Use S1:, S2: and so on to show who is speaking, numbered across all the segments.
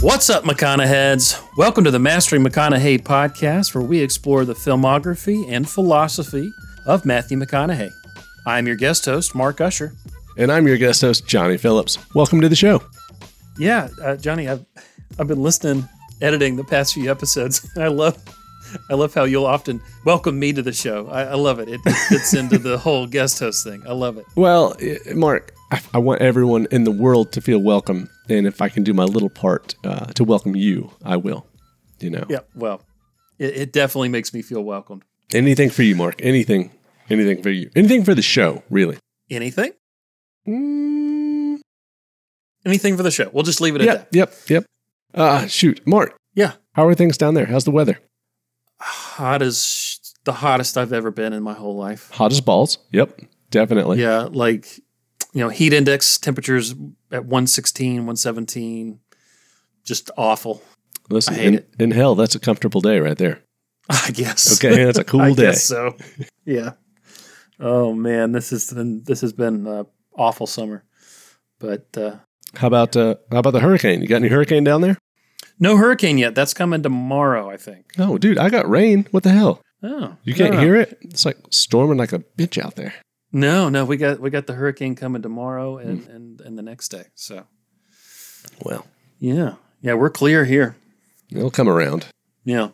S1: What's up, McConaugheyheads? Welcome to the Mastering McConaughey podcast, where we explore the filmography and philosophy of Matthew McConaughey. I'm your guest host, Mark Usher.
S2: And I'm your guest host, Johnny Phillips. Welcome to the show.
S1: Yeah, uh, Johnny, I've I've been listening, editing the past few episodes. I love, I love how you'll often welcome me to the show. I, I love it. It fits into the whole guest host thing. I love it.
S2: Well, eh, Mark, I, I want everyone in the world to feel welcome. And if I can do my little part uh, to welcome you, I will. You know,
S1: Yeah. Well, it, it definitely makes me feel welcomed.
S2: anything for you, Mark. Anything, anything for you. Anything for the show, really.
S1: Anything?
S2: Mm,
S1: Anything for the show? We'll just leave it at
S2: yep,
S1: that.
S2: yep, yep. Uh, shoot, Mark,
S1: Yeah.
S2: how are things down there? How's the weather?
S1: Hot as the hottest I've ever been in my whole life.
S2: Hot as balls. Yep, definitely.
S1: yeah, like you know, heat index temperatures at 116, 117, just awful.
S2: Listen,
S1: I hate
S2: in,
S1: it.
S2: in hell, that's a comfortable day right there.
S1: I guess.
S2: Okay, that's a cool
S1: I
S2: day.
S1: guess so. Yeah. Oh man, this has been this has been uh, awful summer. But uh,
S2: How about uh, how about the hurricane? You got any hurricane down there?
S1: no hurricane yet. That's coming tomorrow, I think.
S2: No, dude, I got rain. What the hell?
S1: Oh,
S2: You can't
S1: no, no.
S2: hear it? It's like storming like a bitch out there.
S1: No, no, we got we got the hurricane coming tomorrow and
S2: Hmm.
S1: and and the next day. So
S2: Well,
S1: yeah, yeah, we're clear here.
S2: it'll come around.
S1: Yeah,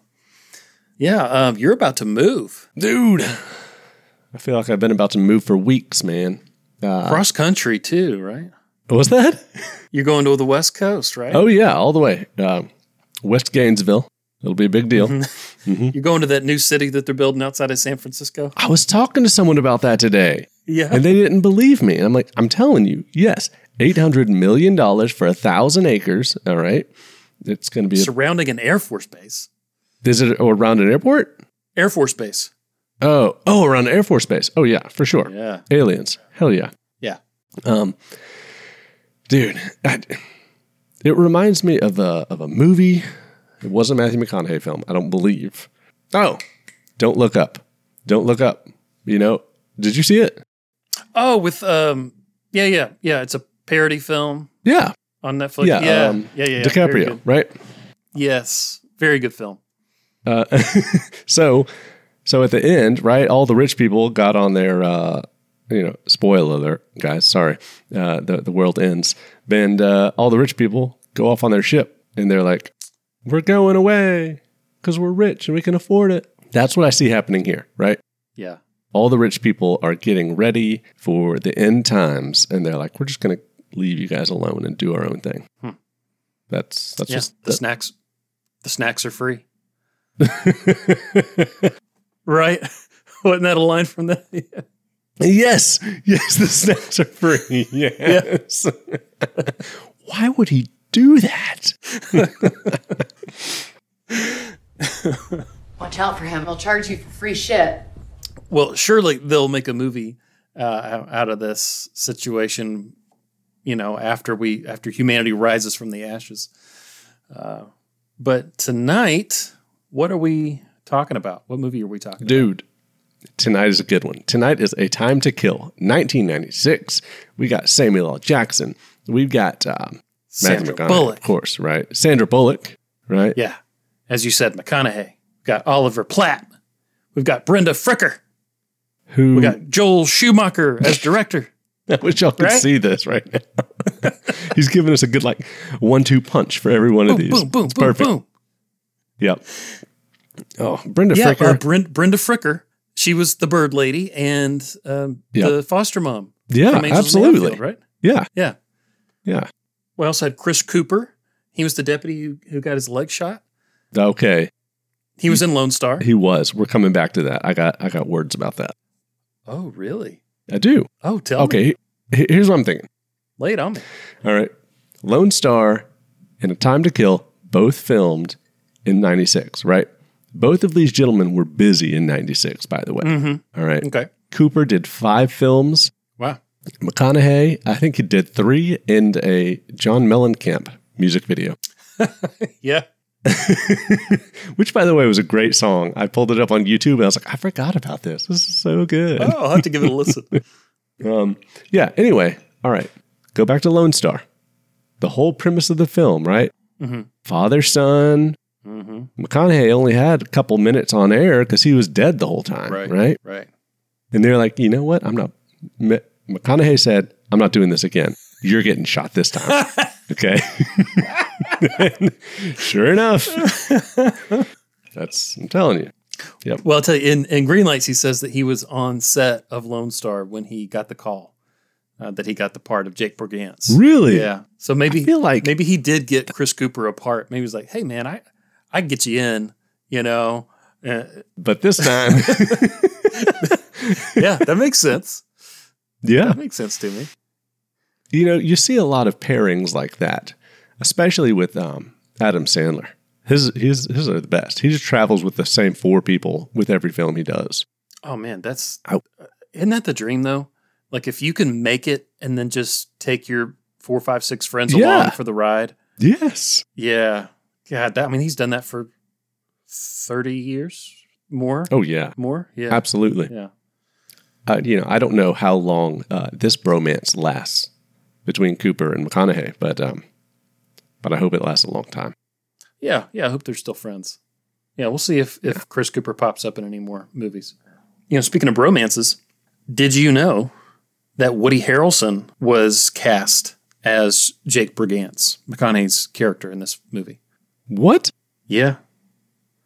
S1: yeah. Um, you're about to move
S2: Dude, I feel like I've been about to move for weeks, man. Uh,
S1: cross country too, right?
S2: what was that?
S1: You're going to the West Coast, right?
S2: Oh, yeah, all the way. Uh, West Gainesville. It'll be a big deal.
S1: You're going to that new city that they're building outside of San Francisco.
S2: I was talking to someone about that today,
S1: Yeah,
S2: and they didn't believe me. And I'm like, I'm telling you, yes, $800 million for a thousand acres. All right. It's going to be a,
S1: surrounding an Air Force base.
S2: is it around an airport?
S1: Air Force Base.
S2: Oh, oh, around Air Force Base. Oh yeah, for sure.
S1: Yeah.
S2: Aliens. Hell yeah.
S1: Yeah.
S2: Um, dude, I, it reminds me of a of a movie. It wasn't a Matthew McConaughey film, I don't believe. Oh, don't look up. Don't look up. You know, did you see it?
S1: Oh, with um yeah, yeah, yeah. It's a parody film
S2: Yeah,
S1: on Netflix.
S2: Yeah,
S1: Yeah. Yeah,
S2: um,
S1: yeah, yeah, Very
S2: DiCaprio,
S1: good.
S2: right?
S1: yes. Very good film.
S2: Uh, so, so at the end, right? All the rich people got on their, uh, you know, spoiler alert, guys. Sorry, uh, the the world ends. And uh, all the rich people go off on their ship, and they're like, "We're going away because we're rich and we can afford it." That's what I see happening here, right?
S1: Yeah.
S2: All the rich people are getting ready for the end times, and they're like, "We're just going to leave you guys alone and do our own thing."
S1: Hmm.
S2: That's that's
S1: yeah.
S2: just
S1: the snacks the snacks are free. Right? Wasn't that a line from that? Yeah.
S2: Yes, yes, the snacks are free. Yes. Why would he do that?
S3: Watch out for him. He'll charge you for free shit.
S1: Well, surely they'll make a movie uh, out of this situation, you know, after we after humanity rises from the ashes. Uh, but tonight, what are we talking about? What movie are we talking about?
S2: Dude, tonight is a good one. Tonight is A Time to Kill, 1996. We got Samuel L. Jackson. We've got um, Matthew
S1: Sandra
S2: McConaughey,
S1: Bullock.
S2: of course, right? Sandra Bullock, right?
S1: Yeah. As you said, McConaughey. We've got Oliver Platt. We've got Brenda Fricker.
S2: Who
S1: We got Joel Schumacher as director.
S2: I wish y'all could
S1: Right?
S2: see this right now. He's giving us a good like one-two punch for every one of these.
S1: boom, boom,
S2: It's
S1: boom,
S2: perfect.
S1: boom.
S2: Yep. Oh, Brenda
S1: Yeah,
S2: Fricker.
S1: uh, Brenda, Brenda Fricker. She was the bird lady and um,
S2: Yeah.
S1: the foster mom.
S2: yeah,
S1: from Angels in the
S2: absolutely.
S1: Outfield, right?
S2: Yeah,
S1: Yeah.
S2: yeah.
S1: We also had Chris Cooper. He was the deputy who, who got his leg shot.
S2: Okay,
S1: He was in Lone Star.
S2: he was. We're coming back to that. I got I got words about that.
S1: Oh, really?
S2: I do.
S1: Oh, tell me.
S2: Okay, he- here's what I'm thinking.
S1: Lay it on me.
S2: All right, Lone Star and A Time to Kill both filmed in '96, right? Both of these gentlemen were busy in '96, by the way. All right,
S1: Okay.
S2: Cooper did five films.
S1: Wow.
S2: McConaughey, I think he did three and a John Mellencamp music video.
S1: Yeah.
S2: Which, by the way, was a great song. I pulled it up on YouTube and I was like, I forgot about this. This is so good.
S1: Oh, I'll have to give it a listen.
S2: Um, yeah. Anyway, all right. Go back to Lone Star. The whole premise of the film, right? Father, son. McConaughey only had a couple minutes on air because he was dead the whole time, right? right?
S1: Right.
S2: And they're like, you know what? I'm not. M- McConaughey said, I'm not doing this again. You're getting shot this time. okay. sure enough. That's, I'm telling you.
S1: Well, I'll tell you, in, in Green Lights, he says that he was on set of Lone Star when he got the call uh, that he got the part of Jake Brigance.
S2: Really?
S1: Yeah. So maybe
S2: I feel like-
S1: maybe he did get Chris Cooper a part. Maybe he was like, hey, man, I, I can get you in, you know? Uh,
S2: But this time,
S1: yeah, that makes sense.
S2: yeah.
S1: That makes sense to me.
S2: You know, you see a lot of pairings like that, especially with um, Adam Sandler. His, his, his are the best. He just travels with the same four people with every film he does.
S1: Oh, man, that's. uh,
S2: I-
S1: Isn't that the dream, though? Like, if you can make it and then just take your four, five, six friends
S2: Yeah.
S1: along for the ride.
S2: Yes.
S1: Yeah. God, that, I mean, he's done that for 30 years more.
S2: Oh, yeah.
S1: More? Yeah.
S2: Absolutely.
S1: Yeah.
S2: uh, you know, I don't know how long uh, this bromance lasts between Cooper and McConaughey, but um, but I hope it lasts a long time.
S1: Yeah. Yeah. I hope they're still friends. Yeah. We'll see if, if Chris Cooper pops up in any more movies. You know, speaking of bromances, did you know that Woody Harrelson was cast as Jake Brigance, McConaughey's character in this movie?
S2: What?
S1: Yeah.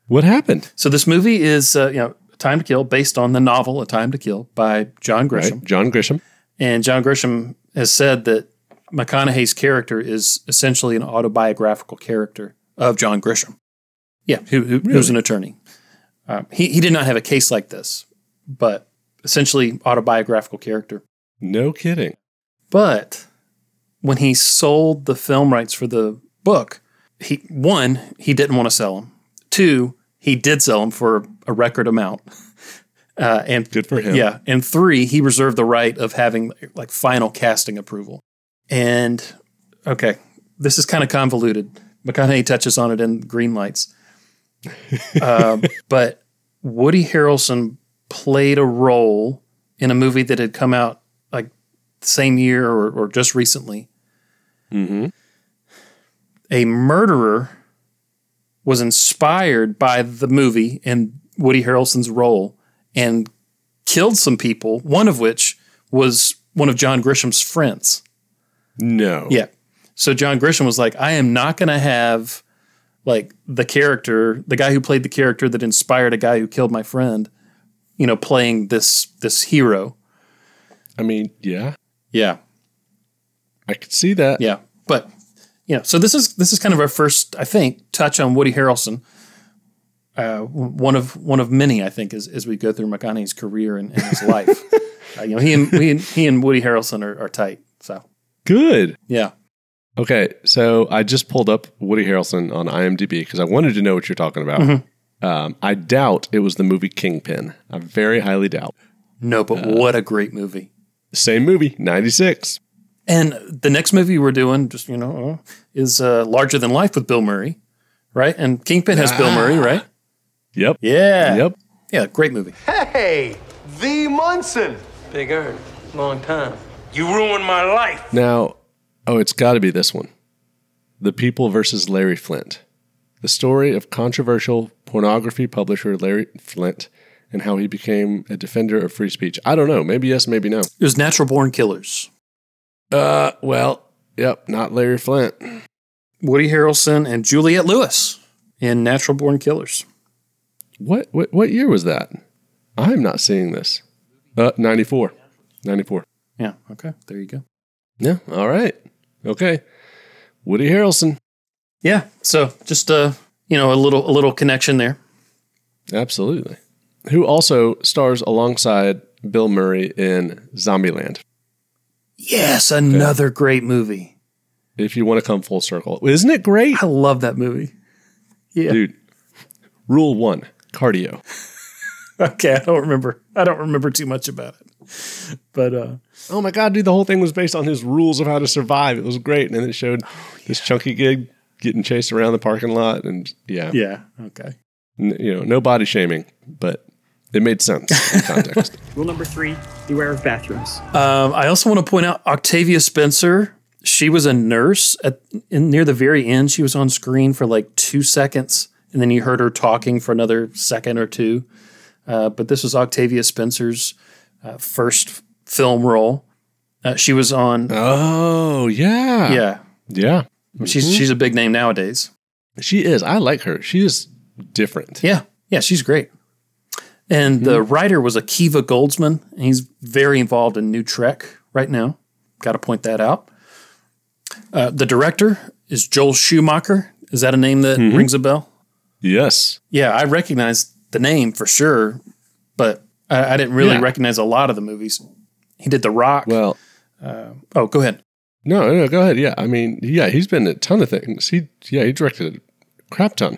S2: What happened?
S1: So this movie is, uh, you know, Time to Kill, based on the novel A Time to Kill by John Grisham.
S2: Right, John Grisham.
S1: And John Grisham has said that McConaughey's character is essentially an autobiographical character of John Grisham. Yeah, who, who who's an attorney. Uh, he, he did not have a case like this, but essentially autobiographical character.
S2: No kidding.
S1: But when he sold the film rights for the book, he one he didn't want to sell them. Two, he did sell them for a record amount. Uh, and
S2: Good for him.
S1: Yeah, and three, he reserved the right of having like final casting approval. And okay, this is kind of convoluted. McConaughey touches on it in Green Lights, um, but Woody Harrelson played a role in a movie that had come out like the same year or, or just recently.
S2: Mm-hmm.
S1: A murderer was inspired by the movie and Woody Harrelson's role and killed some people, one of which was one of John Grisham's friends.
S2: No.
S1: Yeah. So John Grisham was like, I am not going to have like the character, the guy who played the character that inspired a guy who killed my friend, you know, playing this this hero.
S2: I mean, yeah,
S1: Yeah.
S2: I could see that.
S1: Yeah. But you know, so this is this is kind of our first, I think, touch on Woody Harrelson. Uh, w- one of one of many, I think, as, as we go through McConaughey's career and, and his life. Uh, you know, he and we, he and Woody Harrelson are, are tight. So
S2: Good.
S1: yeah.
S2: Okay, so I just pulled up Woody Harrelson on IMDb because I wanted to know what you're talking about. Um, I doubt it was the movie Kingpin. I very highly doubt.
S1: No, but what a great movie.
S2: Same movie, '96.
S1: And the next movie we're doing, just you know, uh, is uh, Larger Than Life with Bill Murray, right? And Kingpin has Bill Murray, right?
S2: Yep.
S1: Ah. Yeah.
S2: Yep.
S1: Yeah, great movie.
S4: Hey, the Munson.
S5: Big Earn, long time.
S4: You ruined my life.
S2: Now, oh, it's got to be this one The People versus Larry Flint. The story of controversial pornography publisher Larry Flint and how he became a defender of free speech. I don't know. Maybe yes, maybe no.
S1: It was Natural Born Killers.
S2: Uh, well, yep, not Larry Flint.
S1: Woody Harrelson and Juliette Lewis in Natural Born Killers.
S2: What what, what year was that? I'm not seeing this. Uh, 94. 94.
S1: Yeah. Okay. There you go.
S2: Yeah, all right. Okay. Woody Harrelson.
S1: Yeah. So just uh, you know, a little a little connection there.
S2: Absolutely. Who also stars alongside Bill Murray in Zombieland.
S1: Yes, another great movie.
S2: if you want to come full circle. Isn't it great?
S1: I love that movie. Yeah.
S2: Dude, rule one cardio.
S1: Okay, I don't remember. I don't remember too much about it. But uh
S2: Oh my God, dude, the whole thing was based on his rules of how to survive. It was great. And then it showed this chunky kid getting chased around the parking lot. And yeah,
S1: yeah, okay.
S2: N- you know, no body shaming, but it made sense in context.
S6: Rule number three beware of bathrooms.
S1: Um, I also want to point out Octavia Spencer she was a nurse at in, near the very end. She was on screen for like two seconds, and then you heard her talking for another second or two. Uh, but this was Octavia Spencer's uh, first film role. Uh, she was on,
S2: Oh yeah,
S1: yeah,
S2: yeah.
S1: she's she's a big name nowadays.
S2: She is. I like her. She is different.
S1: Yeah, yeah, she's great. And the
S2: Mm-hmm.
S1: writer was Akiva Goldsman, and he's very involved in New Trek right now. Got to point that out. Uh, the director is Joel Schumacher. Is that a name that
S2: Mm-hmm.
S1: rings a bell?
S2: Yes.
S1: Yeah, I recognize the name for sure, but I, I didn't really
S2: Yeah.
S1: recognize a lot of the movies. He did The Rock.
S2: Well,
S1: oh, go ahead.
S2: no, no, no, go ahead. Yeah, I mean, yeah, he's been in a ton of things. He, yeah, he directed a crap ton.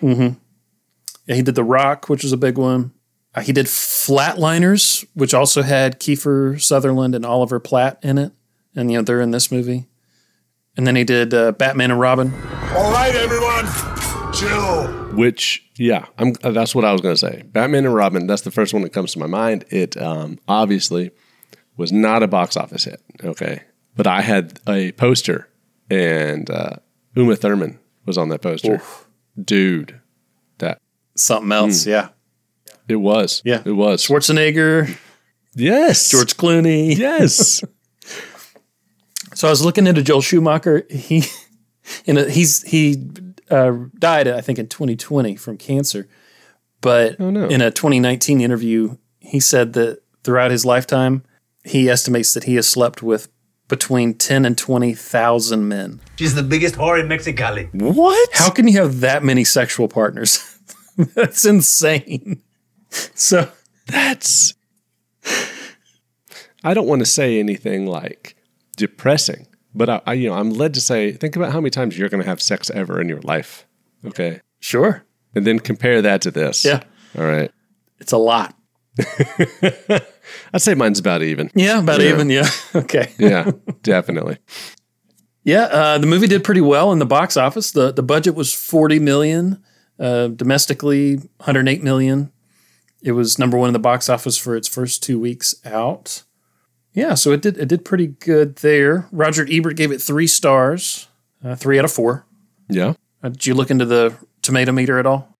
S1: Yeah, he did The Rock, which was a big one. Uh, he did Flatliners, which also had Kiefer Sutherland and Oliver Platt in it, and you know they're in this movie. And then he did uh, Batman and Robin.
S6: All right, everyone, chill.
S2: Which, yeah, I'm. uh, That's what I was gonna say. Batman and Robin. That's the first one that comes to my mind. It um, obviously was not a box office hit. Okay, but I had a poster, and uh, Uma Thurman was on that poster. Dude, that
S1: Something else, yeah.
S2: it was.
S1: Yeah.
S2: it was.
S1: Schwarzenegger,
S2: yes,
S1: George Clooney.
S2: Yes.
S1: So I was looking into Joel Schumacher. He, you know, he's he uh, died, I think, in 2020 from cancer. But
S2: no.
S1: in a 2019 interview, he said that throughout his lifetime, he estimates that he has slept with between 10 and 20 thousand men.
S7: She's the biggest whore in Mexicali.
S2: what?
S1: How can you have that many sexual partners? That's insane. So
S2: That's. I don't want to say anything like depressing, but I, I, you know, I'm led to say, think about how many times you're going to have sex ever in your life, okay?
S1: sure,
S2: And then compare that to this.
S1: Yeah.
S2: All right.
S1: it's a lot.
S2: I'd say mine's about even.
S1: Yeah, about
S2: Yeah.
S1: even. Yeah, okay.
S2: Yeah, definitely.
S1: Yeah, uh, the movie did pretty well in the box office. the The budget was forty million uh, domestically, one hundred eight million. It was number one in the box office for its first two weeks out. Yeah, so it did it did pretty good there. Roger Ebert gave it three stars, uh, three out of four.
S2: Yeah.
S1: Uh, did you look into the tomato meter at all?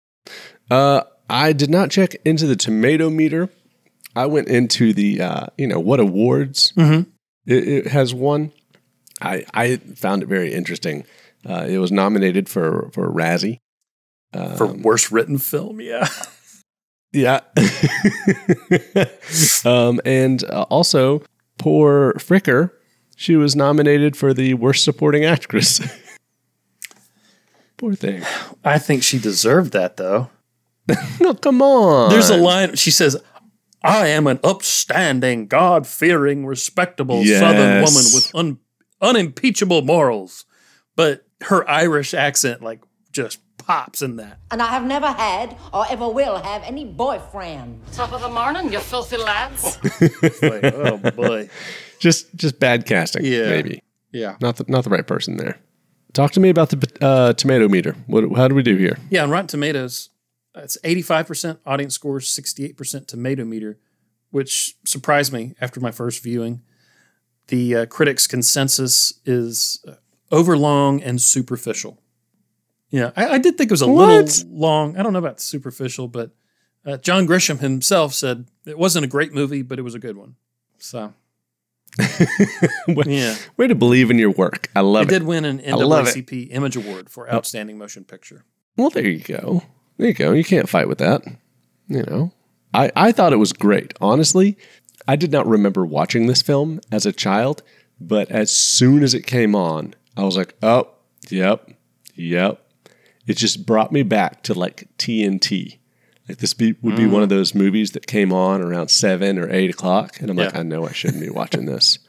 S2: Uh, I did not check into the tomato meter. I went into the uh, you know what awards
S1: Mm-hmm.
S2: it, it has won. I I found it very interesting. Uh, it was nominated for for a Razzie.
S1: For worst written film, yeah.
S2: Yeah. um, and uh, also poor Fricker. She was nominated for the worst supporting actress. poor thing.
S1: I think she deserved that though.
S2: No, come on.
S1: There's a line she says, "I am an upstanding, God-fearing, respectable Southern woman
S2: Yes.
S1: with un- unimpeachable morals." But her Irish accent like just pops in that.
S8: And I have never had or ever will have any boyfriend.
S9: Top of the morning, you filthy lads.
S1: It's like, oh boy.
S2: just just bad casting.
S1: Yeah.
S2: maybe.
S1: Yeah.
S2: not the not the right person there. Talk to me about the uh, tomato meter. What how do we do here?
S1: Yeah, on Rotten Tomatoes, it's 85% audience score, 68% tomato meter, which surprised me after my first viewing. The uh, critics' consensus is uh, overlong and superficial. Yeah, I, I did think it was a
S2: What?
S1: little long. I don't know about superficial, but uh, John Grisham himself said it wasn't a great movie, but it was a good one. So, yeah,
S2: Way to believe in your work. I love
S1: it
S2: it.
S1: did win an
S2: love it.
S1: NAACP Image Award for Outstanding Motion Picture.
S2: Well, there you go. There you go. You can't fight with that. You know, I I thought it was great. Honestly, I did not remember watching this film as a child, but as soon as it came on, I was like, oh, yep, yep. It just brought me back to like TNT. Like this be, would be one of those movies that came on around seven or eight o'clock, and I'm like,
S1: Yeah.
S2: I know I shouldn't be watching this.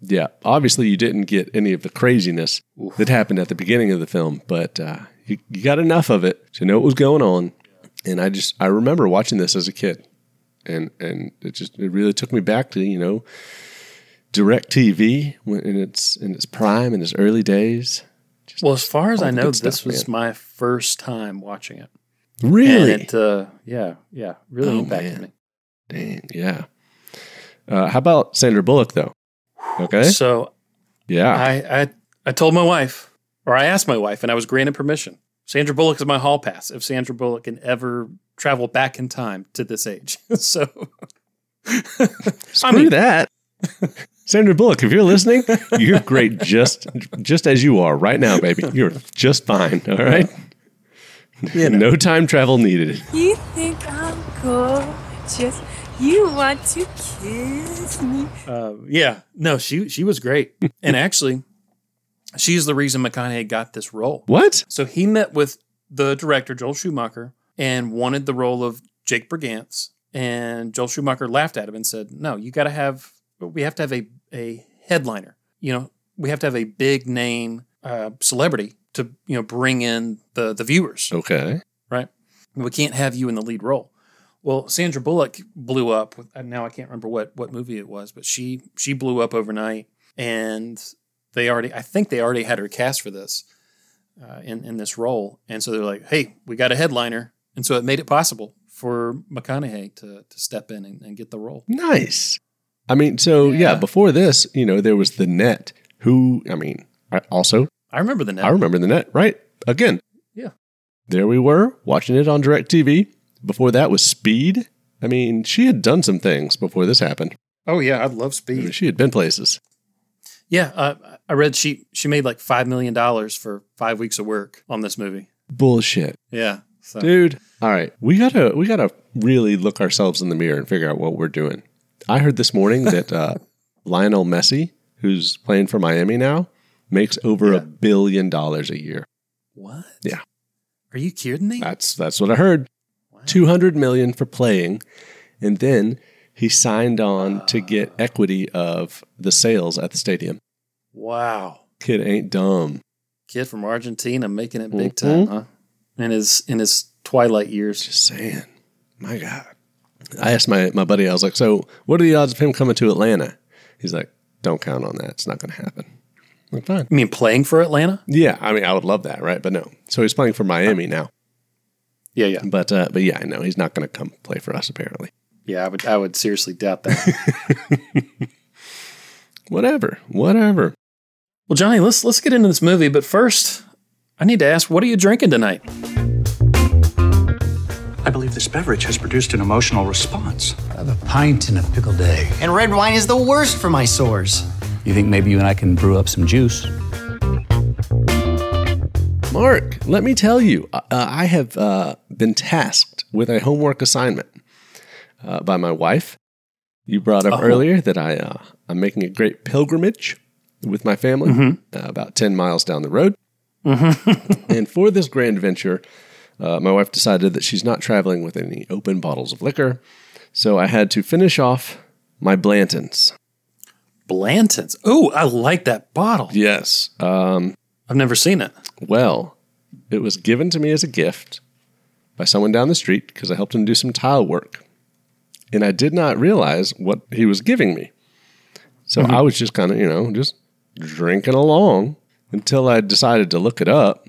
S2: Yeah, obviously you didn't get any of the craziness that happened at the beginning of the film, but uh, you, you got enough of it to know what was going on. And I just I remember watching this as a kid, and and it just it really took me back to you know direct tv when in its in its prime in its early days
S1: Well, as far as I
S2: the
S1: know,
S2: good
S1: this
S2: stuff,
S1: was my first time watching it. And
S2: really
S1: it, uh, yeah, yeah, really
S2: Oh,
S1: impacted
S2: man.
S1: me.
S2: Dang, yeah uh, how about sandra bullock though okay
S1: So
S2: yeah
S1: I, I, I told my wife, or I asked my wife, and I was granted permission. Sandra Bullock is my hall pass if Sandra Bullock can ever travel back in time to this age. so
S2: Screw that. Sandra Bullock, if you're listening, you're great just just as you are right now, baby. You're just fine. All right. No time travel needed.
S10: You think I'm gorgeous? You want to kiss me?
S1: yeah, no, she she was great, and actually, she's the reason McConaughey got this role.
S2: What?
S1: So he met with the director, Joel Schumacher, and wanted the role of Jake Brigance. And Joel Schumacher laughed at him and said, No, you got to have, we have to have a, a headliner. You know, we have to have a big name uh, celebrity to, you know, bring in the, the viewers,
S2: Okay.
S1: right? We can't have you in the lead role. Well, Sandra Bullock blew up. With, and now I can't remember what, what movie it was, but she she blew up overnight, and they already I think they already had her cast for this uh, in in this role, and so they're like, "Hey, we got a headliner," and so it made it possible for McConaughey to to step in and, and get the role.
S2: Nice. I mean, so yeah. before this, you know, there was the net. Who? I mean, I- also
S1: I remember the name.
S2: I remember the net. Right. Again.
S1: Yeah.
S2: There we were watching it on Directv. Before that was Speed. I mean, she had done some things before this happened.
S1: oh yeah, I love
S2: I mean,
S1: Speed.
S2: she had been places.
S1: Yeah, uh, I read she she made like five million dollars for five weeks of work on this movie.
S2: Bullshit.
S1: Yeah, so.
S2: dude all right we gotta we gotta really look ourselves in the mirror and figure out what we're doing i heard this morning that uh, lionel messi who's playing for miami now makes over a billion dollars a year
S1: What?
S2: Yeah.
S1: Are you kidding me?
S2: that's that's what i heard 200 million for playing and then he signed on to get equity of the sales at the stadium
S1: wow.
S2: kid ain't dumb
S1: Kid from Argentina making it big time, huh? In his in his twilight years.
S2: Just saying. My God. I asked my, my buddy, I was like, so what are the odds of him coming to Atlanta? He's like, don't count on that. It's not going to happen. I'm like, fine.
S1: I mean, playing for Atlanta?
S2: Yeah. I mean, I would love that, right? But no. So he's playing for Miami now.
S1: Yeah, yeah,
S2: But uh, but yeah, I know he's not going to come play for us, apparently.
S1: yeah. I would I would seriously doubt that.
S2: Whatever. Whatever.
S1: well, Johnny, let's let's get into this movie, but first, I need to ask, what are you drinking tonight?
S11: I believe this beverage has produced an emotional response.
S7: have a pint and a pickled egg.
S11: And red wine is the worst for my sores.
S7: You think maybe you and I can brew up some juice?
S2: Mark, let me tell you, uh, I have uh, been tasked with a homework assignment uh, by my wife. You brought up earlier that I, uh, I'm making a great pilgrimage with my family uh, about 10 miles down the road. and for this grand venture, uh, my wife decided that she's not traveling with any open bottles of liquor. So I had to finish off my Blantons.
S1: Blanton's. Oh, I like that bottle.
S2: Yes. Um,
S1: I've never seen it.
S2: Well, it was given to me as a gift by someone down the street because I helped him do some tile work. And I did not realize what he was giving me. So
S1: Mm-hmm.
S2: I was just kind of, you know, just drinking along until I decided to look it up.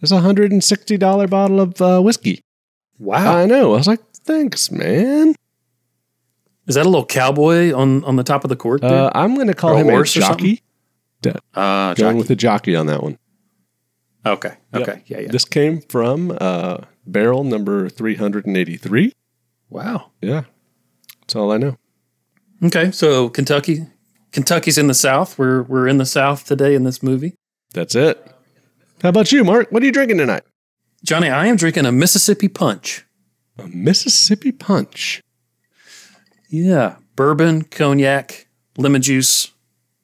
S2: It's a $160 bottle of uh, whiskey.
S1: Wow.
S2: I know. I was like, thanks, man.
S1: Is that a little cowboy on on the top of the court there?
S2: Uh, I'm going to call
S1: Or a
S2: him a
S1: horse or
S2: jockey.
S1: Ah,
S2: Going
S1: jockey.
S2: with the jockey on that one.
S1: okay.
S2: Yep.
S1: Okay. Yeah, yeah.
S2: This came from uh, barrel number 383.
S1: wow.
S2: Yeah. That's all I know.
S1: Okay. So, Kentucky Kentucky's in the South. We're we're in the South today in this movie.
S2: That's it. How about you, Mark? What are you drinking tonight?
S1: Johnny, I am drinking a Mississippi Punch.
S2: A Mississippi Punch.
S1: Yeah. Bourbon, cognac, lemon juice,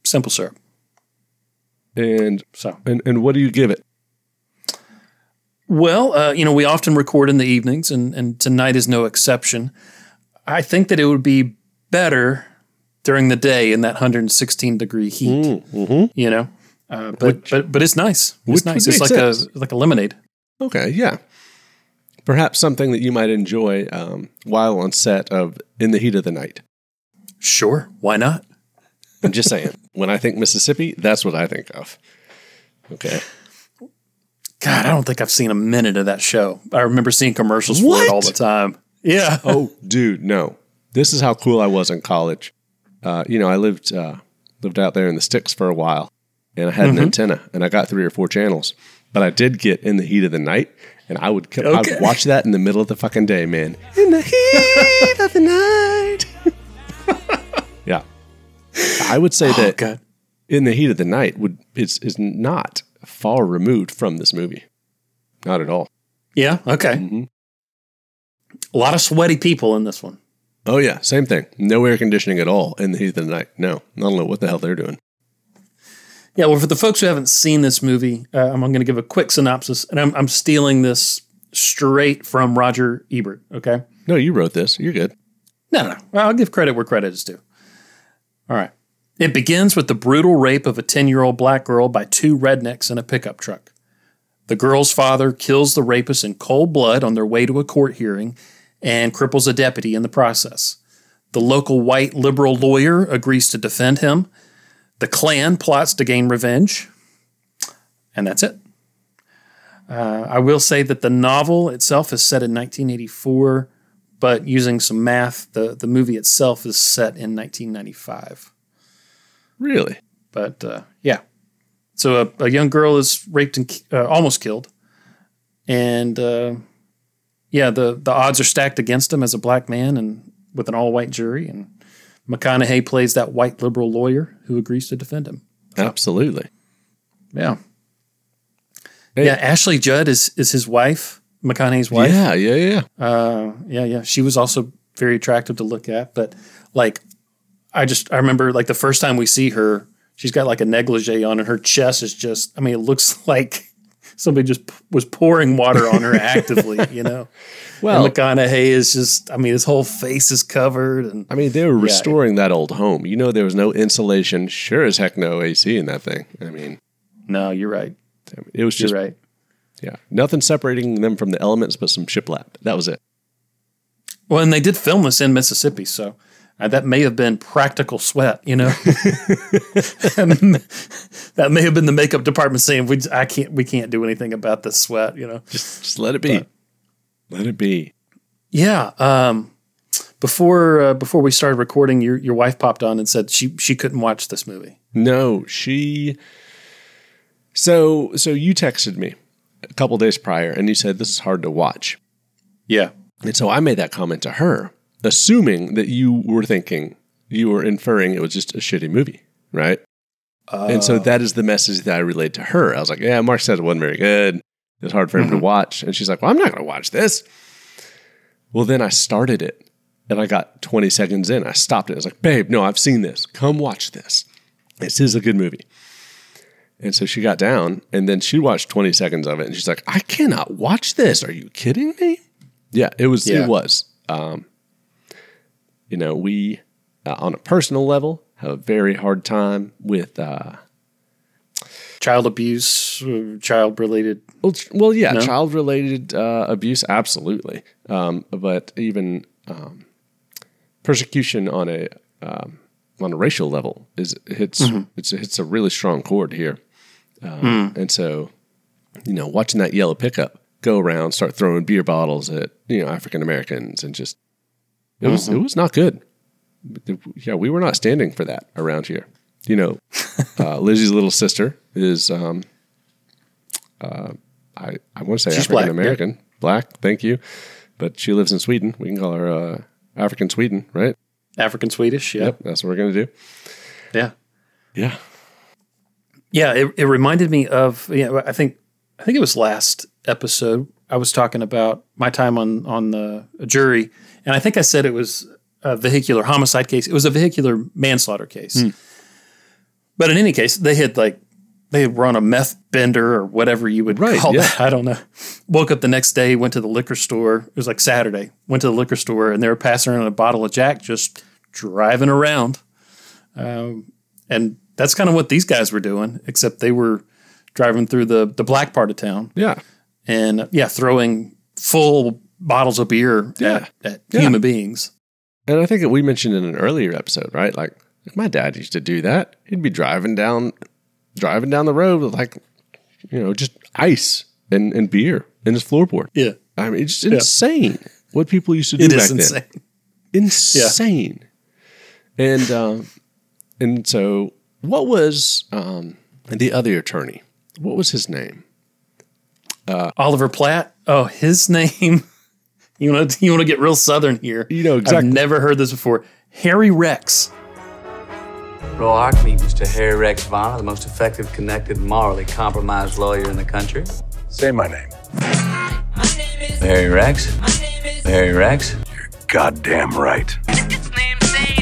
S1: simple syrup.
S2: And
S1: So,
S2: and, and what do you give it?
S1: well, uh, you know, we often record in the evenings, and, and tonight is no exception. I think that it would be better during the day in that 116 degree heat, you know? Uh, but, but but it's nice.
S2: Mm, mm-hmm. which
S1: It's nice.
S2: would
S1: It's like
S2: make
S1: a like a lemonade.
S2: Okay, yeah. Perhaps something that you might enjoy um, while on set of In the Heat of the Night.
S1: Sure, why not?
S2: I'm just saying. when I think Mississippi, that's what I think of. Okay.
S1: God, I don't think I've seen a minute of that show. I remember seeing commercials for
S2: What?
S1: it all the time. Yeah.
S2: Oh, dude, no. This is how cool I was in college. Uh, you know, I lived uh, lived out there in the sticks for a while, and I had an antenna, and I got three or four channels. But I did get in the heat of the night, and I would come,
S1: Okay.
S2: I'd watch that in the middle of the fucking day, man. In the heat of the night. yeah, I would say that
S1: God.
S2: in the heat of the night would is is not far removed from this movie, not at all.
S1: Yeah. Okay.
S2: Mm-hmm.
S1: A lot of sweaty people in this one.
S2: Oh yeah, same thing. No air conditioning at all in the heat of the night. No, I don't know what the hell they're doing.
S1: Yeah, well, for the folks who haven't seen this movie, uh, I'm going to give a quick synopsis, and I'm, I'm stealing this straight from Roger Ebert. Okay.
S2: No, you wrote this. You're good.
S1: No, no. Well, I'll give credit where credit is due. All right. It begins with the brutal rape of a 10 year old black girl by two rednecks in a pickup truck. The girl's father kills the rapist in cold blood on their way to a court hearing and cripples a deputy in the process. The local white liberal lawyer agrees to defend him. The Klan plots to gain revenge. And that's it. Uh, I will say that the novel itself is set in 1984 but using some math, the, the movie itself is set in 1995.
S2: Really?
S1: But uh, yeah, so a, a young girl is raped and ki- uh, almost killed, and uh, yeah, the the odds are stacked against him as a black man and with an all white jury, and McConaughey plays that white liberal lawyer who agrees to defend him.
S2: Absolutely.
S1: Yeah,
S2: Hey.
S1: yeah. Ashley Judd is is his wife, McConaughey's wife.
S2: Yeah, yeah, yeah.
S1: yeah, yeah. She was also very attractive to look at, but like, I just I remember like the first time we see her, she's got like a negligee on, and her chest is just. I mean, it looks like somebody just p- was pouring water on her actively, you know.
S2: Well,
S1: and McConaughey is just. I mean, his whole face is covered, and
S2: I mean, they were restoring that old home. You know, there was no insulation. Sure as heck, no AC in that thing. I mean,
S1: no, you're right.
S2: it was just
S1: You're right.
S2: yeah, nothing separating them from the elements, but some shiplap. That was it.
S1: Well, and they did film this in Mississippi, so uh, that may have been practical sweat, you know. that may have been the makeup department saying, "We, I can't, we can't do anything about this sweat," you know.
S2: Just, just let it be. let it be.
S1: Yeah. Um, before uh, before we started recording, your your wife popped on and said she she couldn't watch this movie.
S2: No, she. So, so you texted me a couple days prior, and you said this is hard to watch.
S1: Yeah.
S2: And so I made that comment to her, assuming that you were thinking, you were inferring it was just a shitty movie, right? and so that is the message that I relayed to her. I was like, yeah, Mark said it wasn't very good. It's hard for him to watch. And she's like, well, I'm not going to watch this. Well, then I started it and I got 20 seconds in. I stopped it. I was like, babe, no, I've seen this. Come watch this. This is a good movie. And so she got down and then she watched 20 seconds of it and she's like, I cannot watch this. Are you kidding me? Yeah, it was.
S1: Yeah.
S2: It was. Um, you know, we uh, on a personal level have a very hard time with. Uh,
S1: Child abuse, uh, child related.
S2: well, tr- well, yeah, child related uh, abuse, absolutely. Um, but even um, persecution on a um, on a racial level is hits
S1: Mm-hmm.
S2: it's hits a really strong chord here. Um,
S1: Hmm.
S2: And so, you know, watching that yellow pickup go around, start throwing beer bottles at you know African Americans, and just it was
S1: Mm-hmm.
S2: it was not good. Yeah, we were not standing for that around here. You know, uh, Lizzie's little sister is um, uh, I, I want to say
S1: She's
S2: African
S1: black, yeah.
S2: American, black. Thank you, but she lives in Sweden. We can call her uh, African Sweden, right?
S1: African Swedish, yeah,
S2: Yep, that's what we're gonna do.
S1: yeah,
S2: Yeah,
S1: yeah. It, it reminded me of yeah. I think I think it was last episode. I was talking about my time on on the jury, and I think I said it was a vehicular homicide case. It was a vehicular manslaughter case.
S2: Hmm.
S1: But in any case, they had like they were on a meth bender or whatever you would
S2: Right,
S1: call
S2: yeah.
S1: that. I don't know. Woke up the next day, went to the liquor store. It was like Saturday. Went to the liquor store, and they were passing around a bottle of Jack, just driving around. Um, and that's kind of what these guys were doing, except they were driving through the the black part of town
S2: yeah,
S1: and uh, yeah, throwing full bottles of beer
S2: Yeah.
S1: at, at
S2: Yeah.
S1: human beings.
S2: and I think that we mentioned in an earlier episode, right? Like, like, my dad used to do that. He'd be driving down, driving down the road with like, you know, just ice and, and beer in his floorboard.
S1: Yeah,
S2: I mean, it's insane what people used to do
S1: it
S2: back
S1: is
S2: then.
S1: insane.
S2: insane. And um, and so, what was um, And the other attorney, what was his name?
S1: Oliver Platt. Oh, his name. You want to you want to get real southern here.
S2: You know exactly-
S1: I've never heard this before. Harry Rex.
S7: Roy Arkney, Mr. Harry Rex Varner, the most effective, connected, morally compromised lawyer in the country.
S6: Say my name.
S7: Harry Rex. Harry Rex.
S6: Goddamn right.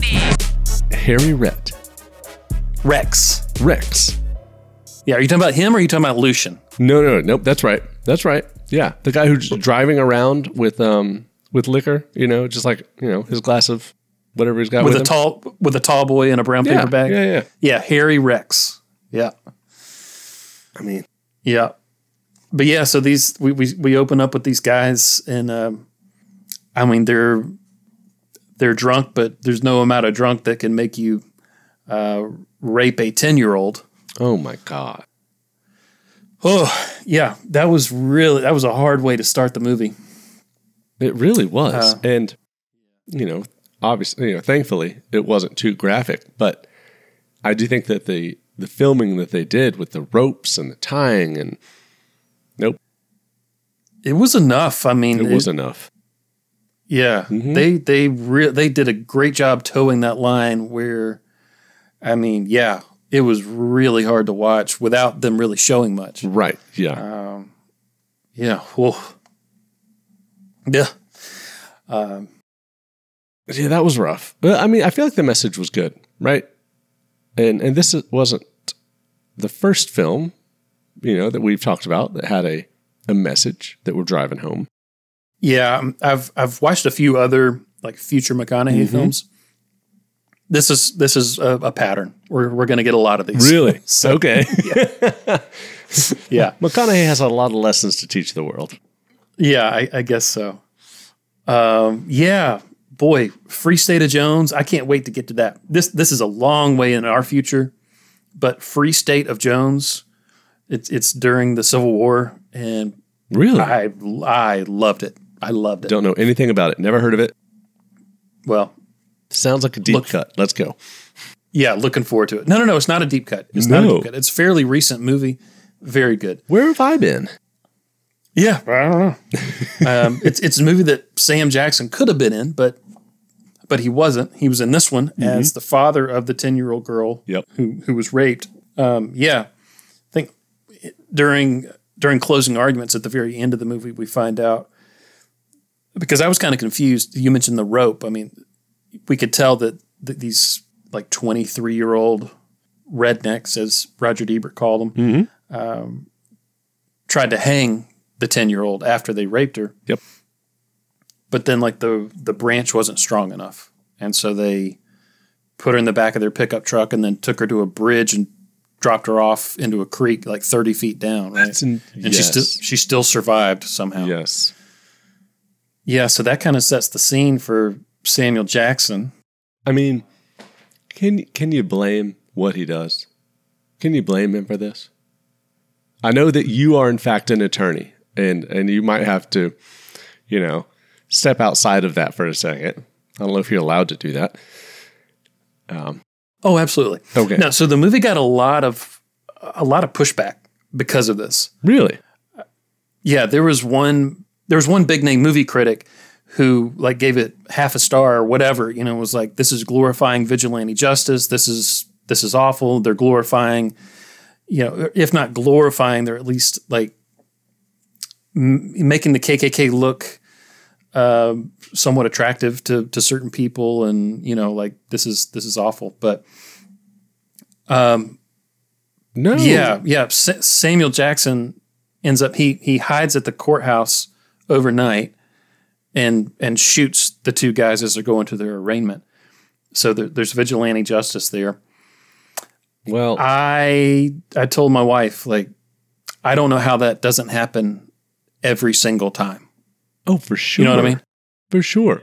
S2: Harry Rhett.
S1: Rex.
S2: Rex.
S1: Yeah, are you talking about him or are you talking about Lucian?
S2: No, no, nope. That's right. That's right. Yeah, the guy who's driving around with um with liquor, you know, just like you know his glass of whatever he's got
S1: With,
S2: with,
S1: a
S2: him.
S1: tall with a tall boy in a brown
S2: Yeah,
S1: paper bag?
S2: yeah, yeah.
S1: Yeah, Harry Rex. Yeah.
S2: I mean,
S1: Yeah. But yeah, so these we we, we open up with these guys and um I mean they're they're drunk, but there's no amount of drunk that can make you uh, rape a ten year old.
S2: oh my god.
S1: Oh yeah, that was really that was a hard way to start the movie.
S2: It really
S1: Uh.
S2: was. and you know, obviously, you know, thankfully it wasn't too graphic, but I do think that the the filming that they did with the ropes and the tying and nope,
S1: It was enough. I mean,
S2: it was enough.
S1: Yeah, they they re- they did a great job towing that line. Where, I mean, yeah, it was really hard to watch without them really showing much.
S2: Right. Yeah.
S1: Yeah, whoa, yeah,
S2: yeah, that was rough. But, I mean, I feel like the message was good, right? And and this is- wasn't the first film, you know, that we've talked about that had a a message that we're driving home.
S1: yeah. um, I've I've watched a few other like future
S2: Mm-hmm.
S1: McConaughey films. This is this is a, a pattern. We're we're gonna get a lot of these.
S2: Really? okay.
S1: Yeah.
S2: McConaughey has a lot of lessons to teach the world.
S1: Yeah, I, I guess so. Um, yeah, boy, Free State of Jones. I can't wait to get to that. This this is a long way in our future, but Free State of Jones. It's it's during the Civil War, and
S2: Really? I
S1: I I loved it. I loved it.
S2: don't know anything about it. Never heard of it.
S1: well,
S2: Sounds like a deep
S1: Look-
S2: cut. Let's go.
S1: yeah, looking forward to it. No, no, no. It's not a deep cut. It's not a
S2: No.
S1: deep cut. It's a fairly recent movie. Very good.
S2: Where have I been?
S1: Yeah, I don't know. um, it's it's a movie that Sam Jackson could have been in, but but he wasn't. He was in this one as the father of the ten year old girl
S2: Mm-hmm. Yep.
S1: who who was raped. Um, yeah, I think during during closing arguments at the very end of the movie we find out because I was kind of confused. You mentioned the rope. I mean, we could tell that th- these like twenty three year old rednecks, as Roger Ebert called them, um,
S2: Mm-hmm.
S1: tried to hang the ten year old after they raped her.
S2: Yep.
S1: But then, like the the branch wasn't strong enough, and so they put her in the back of their pickup truck and then took her to a bridge and dropped her off into a creek like thirty feet down. Right?
S2: That's in-
S1: and she still
S2: yes.
S1: she still survived somehow.
S2: Yes.
S1: Yeah, so that kind of sets the scene for Samuel Jackson.
S2: I mean, can can you blame what he does? Can you blame him for this? I know that you are in fact an attorney, and and you might have to, you know, step outside of that for a second. I don't know if you're allowed to do that.
S1: Oh, absolutely.
S2: Okay.
S1: No, so the movie got a lot of a lot of pushback because of this.
S2: Really?
S1: Yeah, there was one there was one big name movie critic who like gave it half a star or whatever, you know, was like this is glorifying vigilante justice. This is this is awful. They're glorifying you know, if not glorifying, they're at least like m- making the KKK look um somewhat attractive to to certain people, and you know, like this is this is awful. But
S2: No.
S1: yeah, yeah, Sa- Samuel Jackson ends up he he hides at the courthouse overnight and and shoots the two guys as they're going to their arraignment. So there, there's vigilante justice there.
S2: Well,
S1: I I told my wife like I don't know how that doesn't happen every single time.
S2: oh, for sure.
S1: You know what I mean?
S2: For sure.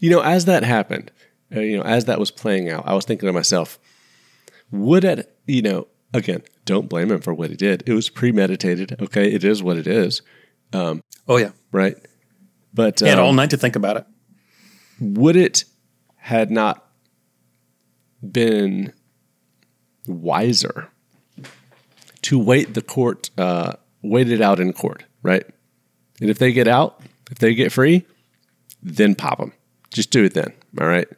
S2: You know, as that happened, uh, you know, as that was playing out, I was thinking to myself, would it, you know, again, don't blame him for what he did. It was premeditated. Okay. It is what it is.
S1: Oh yeah.
S2: Right. But
S1: Had
S2: um,
S1: all night to think about it.
S2: would it had not been wiser to wait the court, uh, wait it out in court, right? And if they get out, if they get free, then pop them. Just do it then, all right?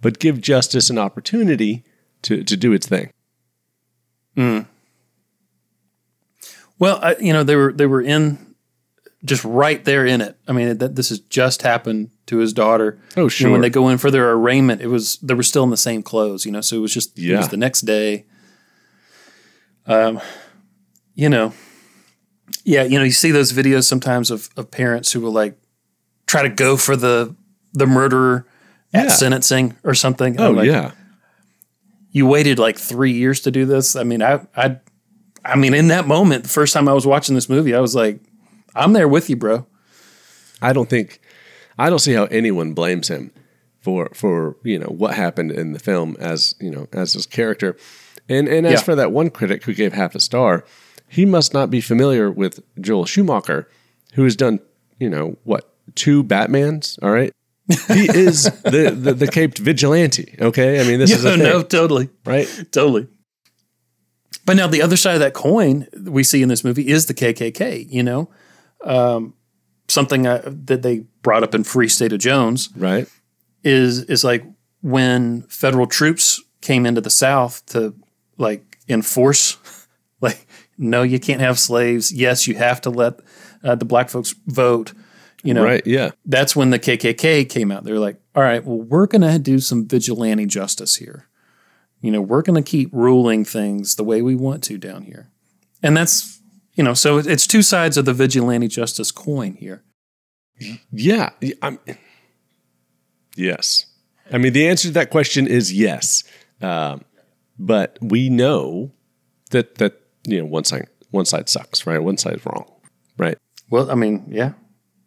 S2: But give justice an opportunity to, to do its thing.
S1: Well, I, you know they were they were in just right there in it. I mean that this has just happened to his daughter.
S2: Oh,
S1: You know,
S2: sure.
S1: when they go in for their arraignment, it was they were still in the same clothes. You know, so it was just it
S2: Yeah.
S1: was the next day. Um, you know, yeah, you know, you see those videos sometimes of of parents who will like try to go for the the murderer at
S2: Yeah.
S1: sentencing or something. And
S2: Oh,
S1: I'm like,
S2: yeah.
S1: you waited like three years to do this. I mean, I, I, I mean, in that moment, the first time I was watching this movie, I was like, I'm there with you, bro.
S2: I don't think I don't see how anyone blames him for for you know what happened in the film as you know as his character. And and
S1: Yeah.
S2: as for that one critic who gave half a star, he must not be familiar with Joel Schumacher, who has done you know what two Batmans. All right, he is the, the the caped vigilante. Okay, I mean this is
S1: no,
S2: a thing,
S1: no, totally,
S2: right?
S1: totally. But now the other side of that coin we see in this movie is the KKK. You know, um, something I, that they brought up in Free State of Jones
S2: Right.
S1: is is like when federal troops came into the South to like enforce, like no, you can't have slaves. Yes, you have to let uh, the black folks vote. You know,
S2: Right. Yeah.
S1: that's when the KKK came out. They're like, all right, well, we're going to do some vigilante justice here. You know, we're going to keep ruling things the way we want to down here. And that's, you know, so it- it's two sides of the vigilante justice coin here.
S2: Yeah. I'm, yes. I mean, the answer to that question is yes. Um, but we know that, that, you know, one side, one side sucks, right? One side's wrong, right?
S1: Well, I mean, yeah.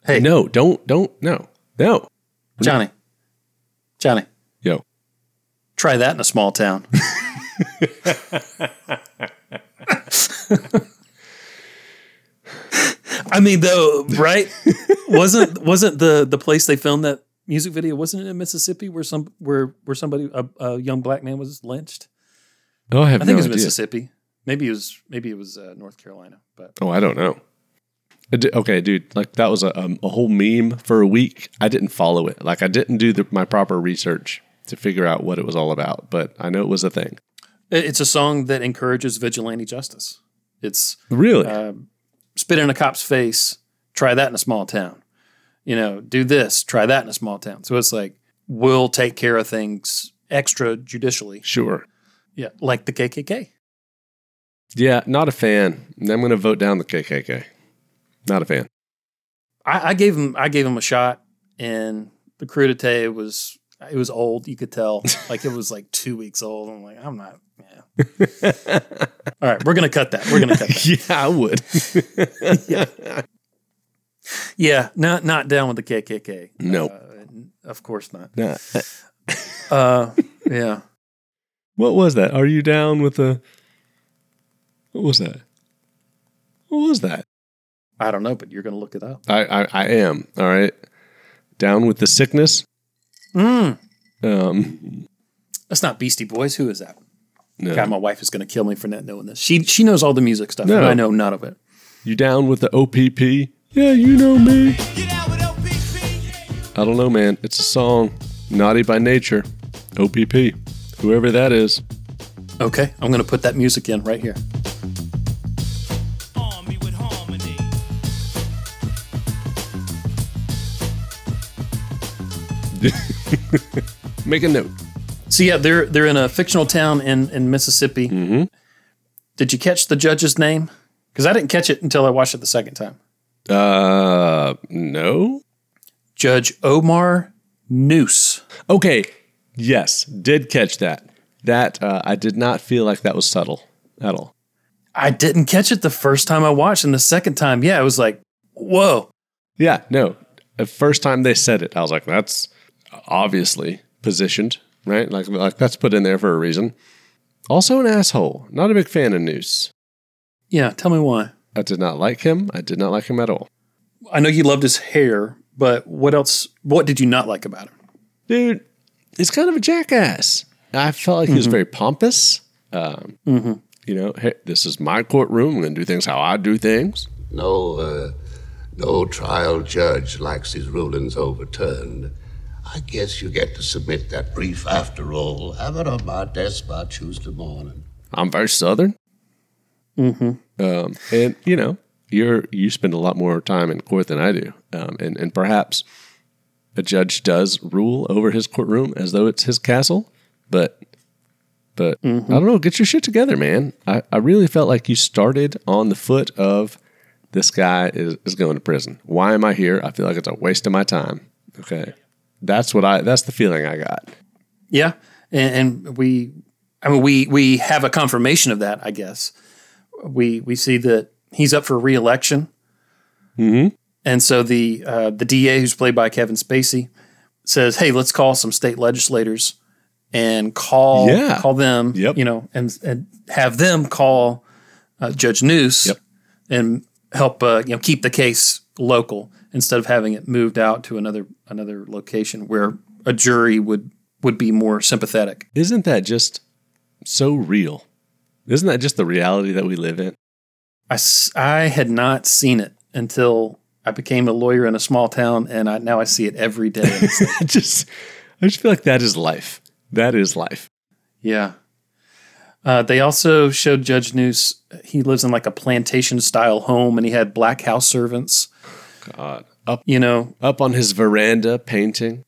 S1: Hey.
S2: No, don't, don't, no, no.
S1: Johnny, Johnny,
S2: Yo,
S1: try that in a small town. I mean, though, right? wasn't wasn't the the place they filmed that music video? Wasn't it in Mississippi where some where where somebody a, a young black man was lynched?
S2: oh, I have
S1: I think
S2: no
S1: it was
S2: idea.
S1: Mississippi. Maybe it was maybe it was uh, North Carolina, but
S2: Oh, I don't know. I di- Okay, dude, like that was a, um, a whole meme for a week. I didn't follow it. Like I didn't do the, my proper research to figure out what it was all about, but I know it was a thing.
S1: it- it's a song that encourages vigilante justice. It's
S2: Really?
S1: spit in a cop's face, try that in a small town. You know, do this, try that in a small town. So it's like, we'll take care of things extra judicially.
S2: sure.
S1: Yeah. Like the KKK.
S2: Yeah, not a fan. I'm going to vote down the KKK. Not a fan.
S1: I, I gave him, I gave him a shot and the crudité was, it was old. You could tell like it was like two weeks old. I'm like, I'm not, yeah. All right. We're going to cut that. We're going to cut that.
S2: yeah, I would.
S1: Yeah. Not, not down with the KKK.
S2: No.
S1: Uh, Of course not.
S2: Nah.
S1: Uh, yeah.
S2: What was that? Are you down with the? What was that? What was that?
S1: I don't know, but you're going to look it up.
S2: I I, I am all right. Down with the sickness. Um.
S1: That's not Beastie Boys. Who is that?
S2: No.
S1: God, my wife is going to kill me for not knowing this. She she knows all the music stuff, and
S2: No.
S1: I know none of it.
S2: You down with the OPP? Yeah, you know me. I don't know, man. It's a song. Naughty by nature. OPP. Whoever that is.
S1: Okay, I'm going to put that music in right here.
S2: Make a note.
S1: So yeah, they're they're in a fictional town in in Mississippi.
S2: Mm-hmm.
S1: Did you catch the judge's name? Because I didn't catch it until I watched it the second time.
S2: Uh, no.
S1: Judge Omar Noose.
S2: Okay. Yes, did catch that. That uh, I did not feel like that was subtle at all.
S1: I didn't catch it the first time I watched, and the second time, yeah, it was like, whoa,
S2: Yeah, no. The first time they said it, I was like, "That's obviously positioned, right? Like, like that's put in there for a reason." Also, an asshole. Not a big fan of Noose.
S1: yeah. Tell me why.
S2: I did not like him. I did not like him at all,
S1: I know you loved his hair, but what else? What did you not like about him?
S2: dude. He's kind of a jackass. I felt like he was very pompous. Um, You know, hey, this is my courtroom. I'm going to do things how I do things.
S12: No, uh, no trial judge likes his rulings overturned. I guess you get to submit that brief after all. Have it on my desk by Tuesday morning.
S2: I'm very southern.
S1: Mm-hmm.
S2: Um, and you know, you're you spend a lot more time in court than I do, um, and and perhaps a judge does rule over his courtroom as though it's his castle, but. But I don't know. Get your shit together, man. I, I really felt like you started on the foot of this guy is, is going to prison. Why am I here? I feel like it's a waste of my time. Okay. That's what I that's the feeling I got.
S1: Yeah, and, and we, I mean, we we have a confirmation of that. I guess we we see that he's up for reelection,
S2: Mm-hmm.
S1: and so the uh, the DA who's played by Kevin Spacey says, "Hey, let's call some state legislators and call
S2: Yeah.
S1: call them,
S2: Yep.
S1: you know, and and have them call uh, Judge Noose
S2: Yep.
S1: and help uh, you know keep the case local instead of having it moved out to another another location where a jury would would be more sympathetic."
S2: Isn't that just so real? Isn't that just the reality that we live in?
S1: I, s- I had not seen it until I became a lawyer in a small town, and I, now I see it every day.
S2: I just I just feel like that is life. That is life.
S1: yeah. Uh, they also showed Judge Noose. He lives in like a plantation style home, and he had black house servants.
S2: God. Up
S1: You know,
S2: up on his veranda painting.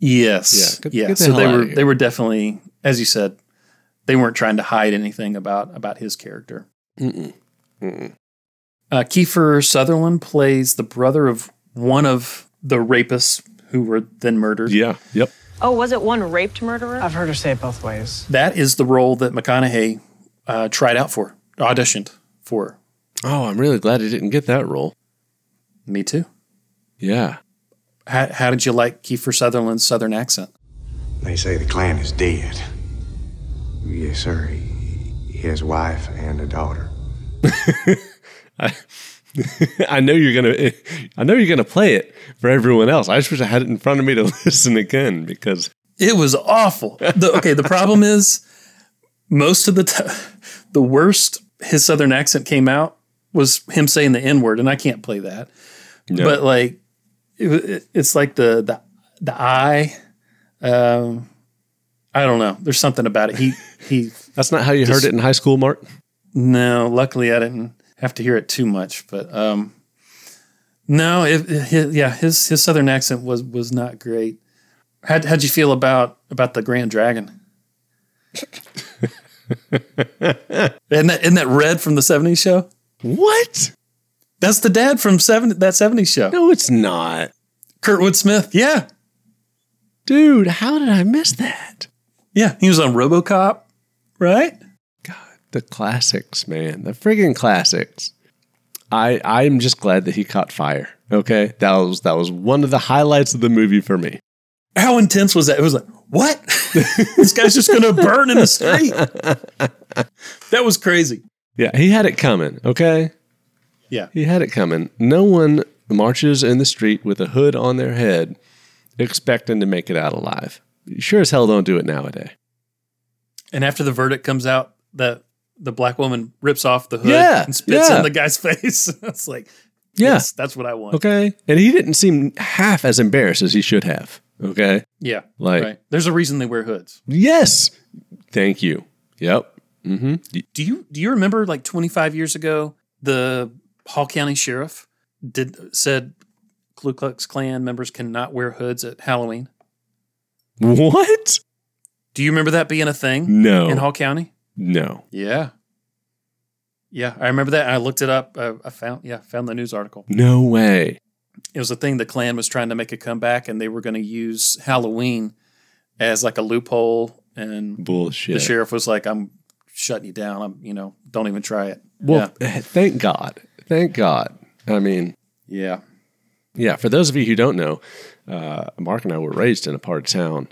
S1: yes,
S2: Yeah, get-
S1: yeah.
S2: get the
S1: so
S2: hell
S1: they
S2: outta
S1: were
S2: here.
S1: they were definitely, as you said, they weren't trying to hide anything about about his character.
S2: Mm-mm. Mm-mm.
S1: Uh, Kiefer Sutherland plays the brother of one of the rapists who were then murdered.
S2: Yeah. Yep.
S13: Oh, was it one raped murderer?
S14: I've heard her say it both ways.
S1: That is the role that McConaughey uh, tried out for, auditioned for.
S2: Oh, I'm really glad he didn't get that role.
S1: Me too.
S2: Yeah.
S1: How, how did you like Kiefer Sutherland's Southern accent?
S15: They say the clan is dead. Yes, sir. He, he has a wife and a daughter.
S2: I know you're gonna I know you're gonna play it for everyone else. I just wish I had it in front of me to listen again because
S1: It was awful. The, okay, the problem is most of the t- the worst his Southern accent came out was him saying the N word, and I can't play that.
S2: No.
S1: But like, it, wa- it, it's like the the the I, um, I don't know. There's something about it. He he.
S2: that's not how you heard it in high school, Mark.
S1: No, luckily I didn't have to hear it too much, but um, no, it, it- his, yeah, his his southern accent was was not great. How how'd you feel about about the Grand Dragon? isn't that isn't that Red from the '70s show?
S2: What?
S1: That's the dad from seven that '70s show,
S2: No, it's not.
S1: Kurtwood Smith. Yeah,
S2: Dude, how did I miss that?
S1: yeah, he was on RoboCop, right?
S2: The classics, man. The friggin' classics. I I'm just glad that he caught fire. Okay? That was that was one of the highlights of the movie for me.
S1: How intense was that? It was like, what? this guy's just gonna burn in the street. That was crazy.
S2: Yeah, he had it coming, okay?
S1: Yeah.
S2: He had it coming. No one marches in the street with a hood on their head expecting to make it out alive. You Sure as hell don't do it nowadays.
S1: And after the verdict comes out, the the black woman rips off the hood
S2: Yeah,
S1: and spits
S2: yeah.
S1: in the guy's face. it's like,
S2: Yeah.
S1: yes, that's what I want.
S2: Okay. And he didn't seem half as embarrassed as he should have. Okay.
S1: Yeah,
S2: Like-
S1: right. There's a reason they wear hoods.
S2: Yes. Thank you. Yep. Mm-hmm.
S1: Do you do you remember like 25 years ago the Hall County Sheriff did said Ku Klux Klan members cannot wear hoods at Halloween?
S2: What?
S1: Do you remember that being a thing
S2: No.
S1: in Hall County?
S2: no.
S1: Yeah. Yeah, I remember that. I looked it up. I, I found yeah, found the news article.
S2: No way.
S1: it was a thing the Klan was trying to make a comeback, and they were going to use Halloween as like a loophole. And
S2: Bullshit.
S1: the sheriff was like, "I'm shutting you down. I'm, you know, don't even try it."
S2: Well, eh, thank God. Thank God. I mean,
S1: yeah,
S2: Yeah, for those of you who don't know, uh, Mark and I were raised in a part of town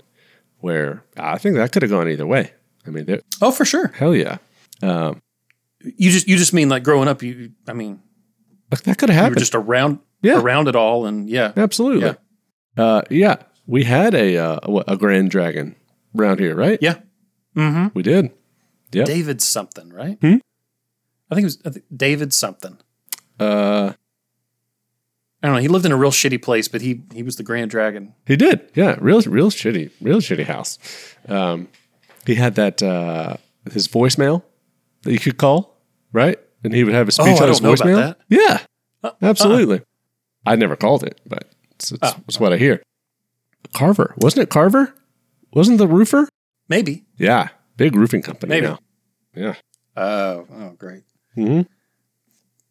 S2: where I think that could have gone either way. I mean, there-
S1: oh for sure.
S2: hell yeah, um,
S1: You just you just mean like growing up. You, I mean,
S2: like, that could have
S1: you were
S2: happened.
S1: just around
S2: Yeah.
S1: around it all, and yeah,
S2: Absolutely. Yeah. Uh, yeah, we had a uh, what, a grand dragon around here, right?
S1: yeah,
S2: we did. Yep.
S1: David something, right?
S2: Hmm?
S1: I think it was I think David something.
S2: Uh,
S1: I don't know. He lived in a real shitty place, but he he was the Grand Dragon.
S2: He did. Yeah. Real, real shitty, real shitty house. Um, he had that, uh, his voicemail that you could call, right? And he would have a
S1: Oh,
S2: speech
S1: I
S2: on his
S1: don't know about
S2: voicemail.
S1: that. Uh, uh-uh.
S2: Yeah. absolutely. I never called it, but it's, it's,
S1: Uh.
S2: it's what I hear. Carver. Wasn't it Carver? Wasn't the roofer?
S1: Maybe.
S2: Yeah. Big roofing company
S1: Maybe.
S2: now. Yeah.
S1: Oh, oh, great.
S2: hmm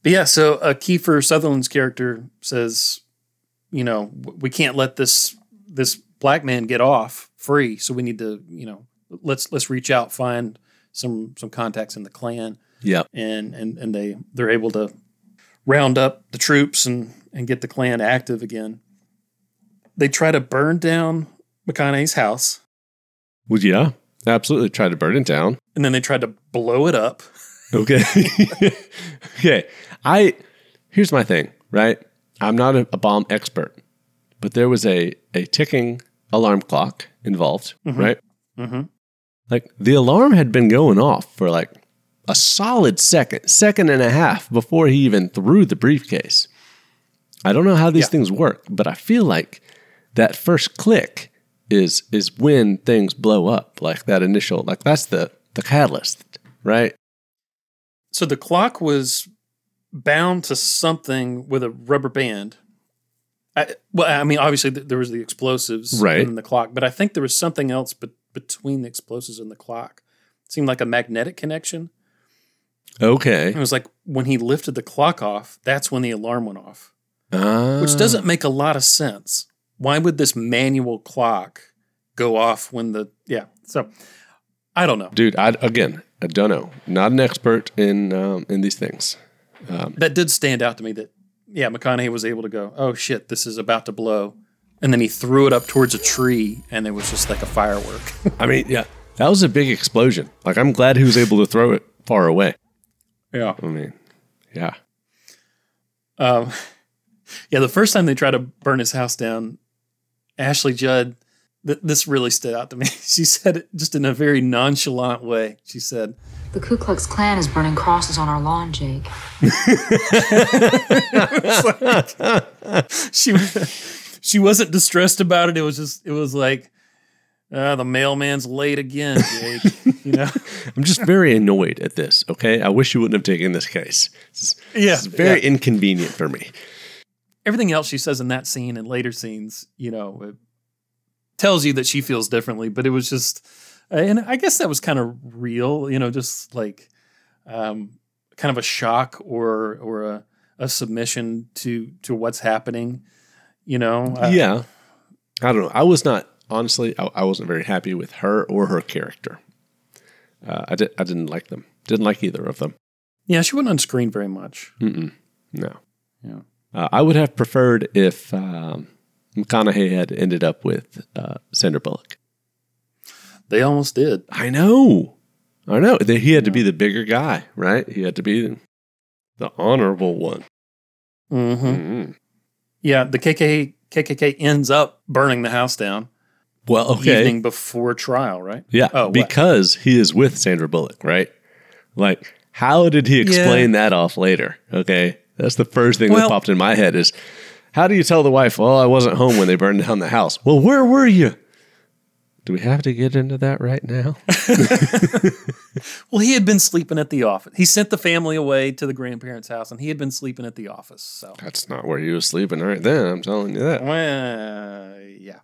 S1: But yeah, so uh, Kiefer Sutherland's character says, you know, w- we can't let this this black man get off free, so we need to, you know, let's let's reach out, find some some contacts in the clan,
S2: Yeah.
S1: and and and they they're able to round up the troops and and get the clan active again. They try to burn down McConaughey's house,
S2: Well, yeah. Absolutely. Tried to burn it down.
S1: and then they tried to blow it up.
S2: Okay. okay. I here's my thing, right? I'm not a, a bomb expert, but there was a a ticking alarm clock involved,
S1: Mhm.
S2: right?
S1: Mm-hmm.
S2: Like the alarm had been going off for like a solid second, second and a half before he even threw the briefcase. I don't know how these
S1: Yeah.
S2: things work, but I feel like that first click is is when things blow up, like that initial, like that's the the catalyst, right?
S1: so the clock was bound to something with a rubber band. I, well, I mean, obviously th- there was the explosives
S2: Right.
S1: in the clock, but I think there was something else but between the explosives and the clock. It seemed like a magnetic connection.
S2: Okay.
S1: It was like when he lifted the clock off, that's when the alarm went off,
S2: Ah.
S1: which doesn't make a lot of sense. Why would this manual clock go off when the yeah? So I don't know.
S2: dude. I again, I don't know. Not an expert in um, in these things.
S1: that did stand out to me that yeah mcconaughey was able to go oh shit this is about to blow and then he threw it up towards a tree and it was just like a firework
S2: I mean, yeah, that was a big explosion. Like, I'm glad he was able to throw it far away.
S1: yeah
S2: I mean, yeah,
S1: um, yeah the first time they tried to burn his house down ashley judd th- this really stood out to me she said it just in a very nonchalant way she said
S14: The Ku Klux Klan is burning crosses on our lawn, Jake.
S1: It's like- she she wasn't distressed about it it was just it was like uh, the mailman's late again jake you know
S2: I'm just very annoyed at this. Okay, I wish you wouldn't have taken this case. It's,
S1: Yeah,
S2: it's very
S1: yeah.
S2: inconvenient for me.
S1: everything else she says in that scene and later scenes, you know, it tells you that she feels differently. But it was just, and I guess that was kind of real, you know, just like um, kind of a shock or or a, a submission to to what's happening, you know. Uh,
S2: yeah, I don't know. I was not honestly. I, I wasn't very happy with her or her character. Uh, I did. I didn't like them. Didn't like either of them.
S1: yeah, she wasn't on screen very much.
S2: Mm-mm. No.
S1: Yeah.
S2: Uh, I would have preferred if um, McConaughey had ended up with uh, Sandra Bullock.
S1: They almost did.
S2: I know. I know. That He had to be the bigger guy, right? He had to be the honorable one.
S1: Mm-hmm.
S2: Mm.
S1: Yeah, the KK KKK ends up burning the house down
S2: Well,
S1: the
S2: okay.
S1: evening before trial, right?
S2: Yeah.
S1: Oh, what?
S2: because he is with Sandra Bullock, right? Like, how did he explain that off later? Okay. That's the first thing that
S1: Well-
S2: popped in my head is how do you tell the wife, well, I wasn't home when they burned down the house? Well, where were you? Do we have to get into that right now?
S1: Well, he had been sleeping at the office. He sent the family away to the grandparents' house, and he had been sleeping at the office. So,
S2: That's not where he was sleeping right then. I'm telling you that.
S1: Well, yeah,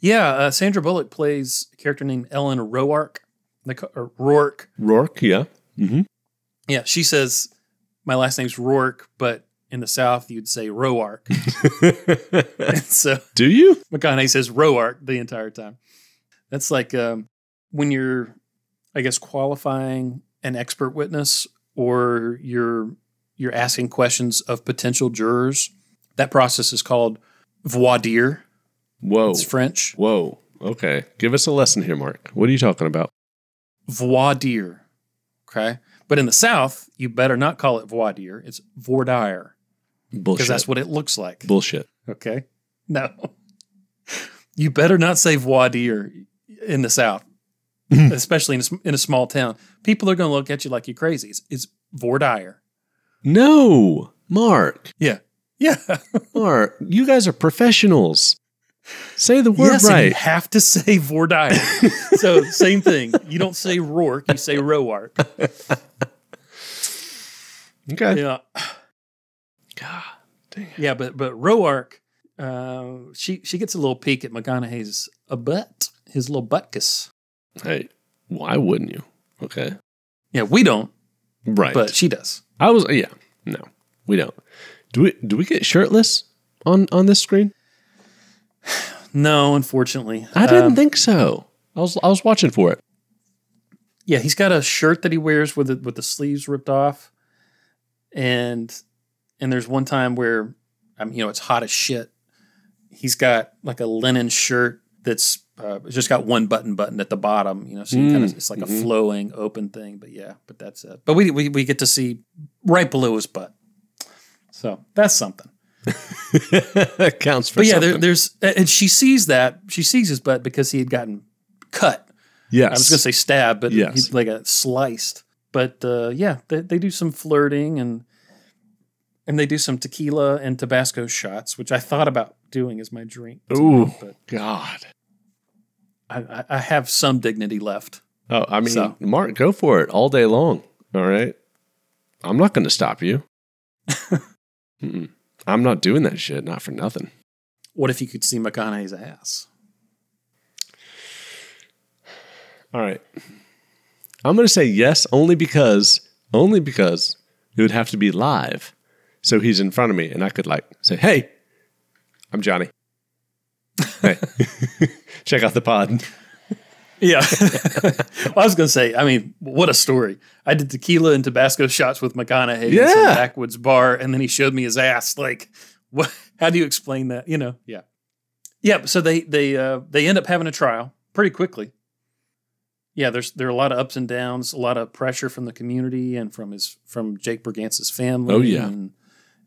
S1: yeah. Uh, Sandra Bullock plays a character named Ellen Roark. They ca- or Rourke.
S2: Rourke, yeah. Mm-hmm.
S1: Yeah, she says my last name's Rourke, but in the South you'd say Roark. and so
S2: Do you?
S1: McConaughey says Roark the entire time. That's like um, when you're, I guess, qualifying an expert witness or you're you're asking questions of potential jurors. That process is called voir dire.
S2: Whoa.
S1: It's French.
S2: Whoa. Okay. Give us a lesson here, Mark. What are you talking about?
S1: Voir dire. Okay. But in the South, you better not call it voir dire. It's voir dire
S2: Bullshit.
S1: because that's what it looks like.
S2: Bullshit.
S1: Okay. No. You better not say voir dire in the South.
S2: Hmm.
S1: especially in a, sm- in a small town. People are going to look at you like you're crazy. It's, it's Vordier.
S2: No, Mark.
S1: Yeah. Yeah.
S2: Mark, you guys are professionals. Say the word
S1: yes, and
S2: right.
S1: you have to say Vordier. so same thing. You don't say Rourke, you say Roark.
S2: okay.
S1: Yeah.
S2: God dang it.
S1: Yeah, but but Roark, uh, she she gets a little peek at McConaughey's a butt, his little butt kiss.
S2: Hey, why wouldn't you? Okay.
S1: Yeah, we don't,
S2: Right.
S1: but she does.
S2: I was yeah. No, we don't. Do we do we get shirtless on on this screen?
S1: No, unfortunately,
S2: I didn't
S1: Um,
S2: think so. I was I was watching for it.
S1: yeah, he's got a shirt that he wears with the, with the sleeves ripped off, and and there's one time where I mean, you know, it's hot as shit. He's got like a linen shirt that's uh, it's just got one button buttoned at the bottom, you know, so you
S2: Mm,
S1: kind of it's like
S2: mhm.
S1: a flowing open thing. But yeah, but that's it. But we, we we get to see right below his butt, so that's something.
S2: Counts for
S1: But yeah,
S2: something.
S1: there, there's and she sees that she sees his butt because he had gotten cut.
S2: yes.
S1: I was going to say stab, but
S2: Yes.
S1: he's like a sliced. But uh, yeah, they, they do some flirting and and they do some tequila and Tabasco shots, which I thought about doing as my drink. tonight,
S2: Ooh,
S1: but
S2: God.
S1: I, I, I have some dignity left.
S2: Oh, I mean,
S1: So.
S2: Mark, go for it all day long. All right, I'm not going to stop you. Mm-mm. I'm not doing that shit. Not for nothing.
S1: What if you could see McConaughey's ass?
S2: All right. I'm going to say yes only because only because it would have to be live. So he's in front of me and I could like say, "Hey, I'm Johnny. Hey. Check out the pod."
S1: Yeah. well, I was going to say, I mean, what a story. I did tequila and Tabasco shots with McConaughey in some
S2: Yeah.
S1: backwoods bar, and then he showed me his ass. Like, what? How do you explain that? You know? Yeah. Yeah. So they they uh, they end up having a trial pretty quickly. Yeah, there's there are a lot of ups and downs, a lot of pressure from the community and from his from Jake Bergance's family.
S2: Oh, yeah.
S1: and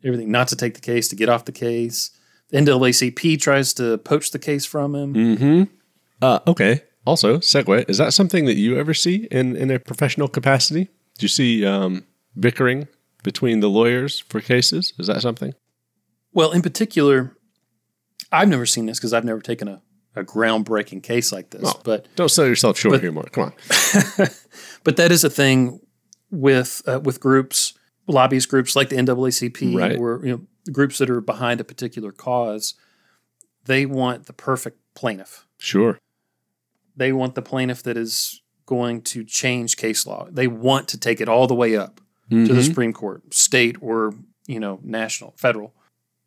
S1: everything not to take the case, to get off the case. The NAACP tries to poach the case from him.
S2: Mhm. Uh okay. Also, segue, is that something that you ever see in in a professional capacity? Do you see um bickering between the lawyers for cases? Is that something?
S1: Well, in particular, I've never seen this because I've never taken a, a groundbreaking case like this.
S2: No.
S1: But
S2: Don't sell yourself short
S1: But-
S2: here, Mark. Come on.
S1: but that is a thing with uh, with groups, lobbyist groups like the NAACP,
S2: Right.
S1: or you know, groups that are behind a particular cause. They want the perfect plaintiff.
S2: Sure.
S1: They want the plaintiff that is going to change case law. They want to take it all the way up to the
S2: Mhm.
S1: Supreme Court, state or you know national, federal,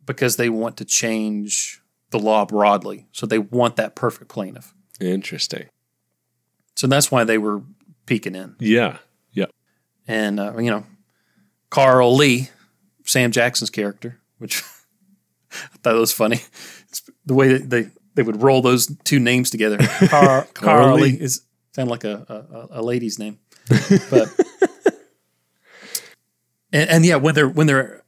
S1: because they want to change the law broadly. So they want that perfect plaintiff.
S2: Interesting.
S1: So that's why they were peeking in.
S2: Yeah. Yeah.
S1: And uh, you know, Carl Lee, Sam Jackson's character, which I thought was funny. It's the way that they they would roll those two names together. Car- Carl Lee
S2: Lee.
S1: is sound like a, a a lady's name, but and, and yeah, when they're when they're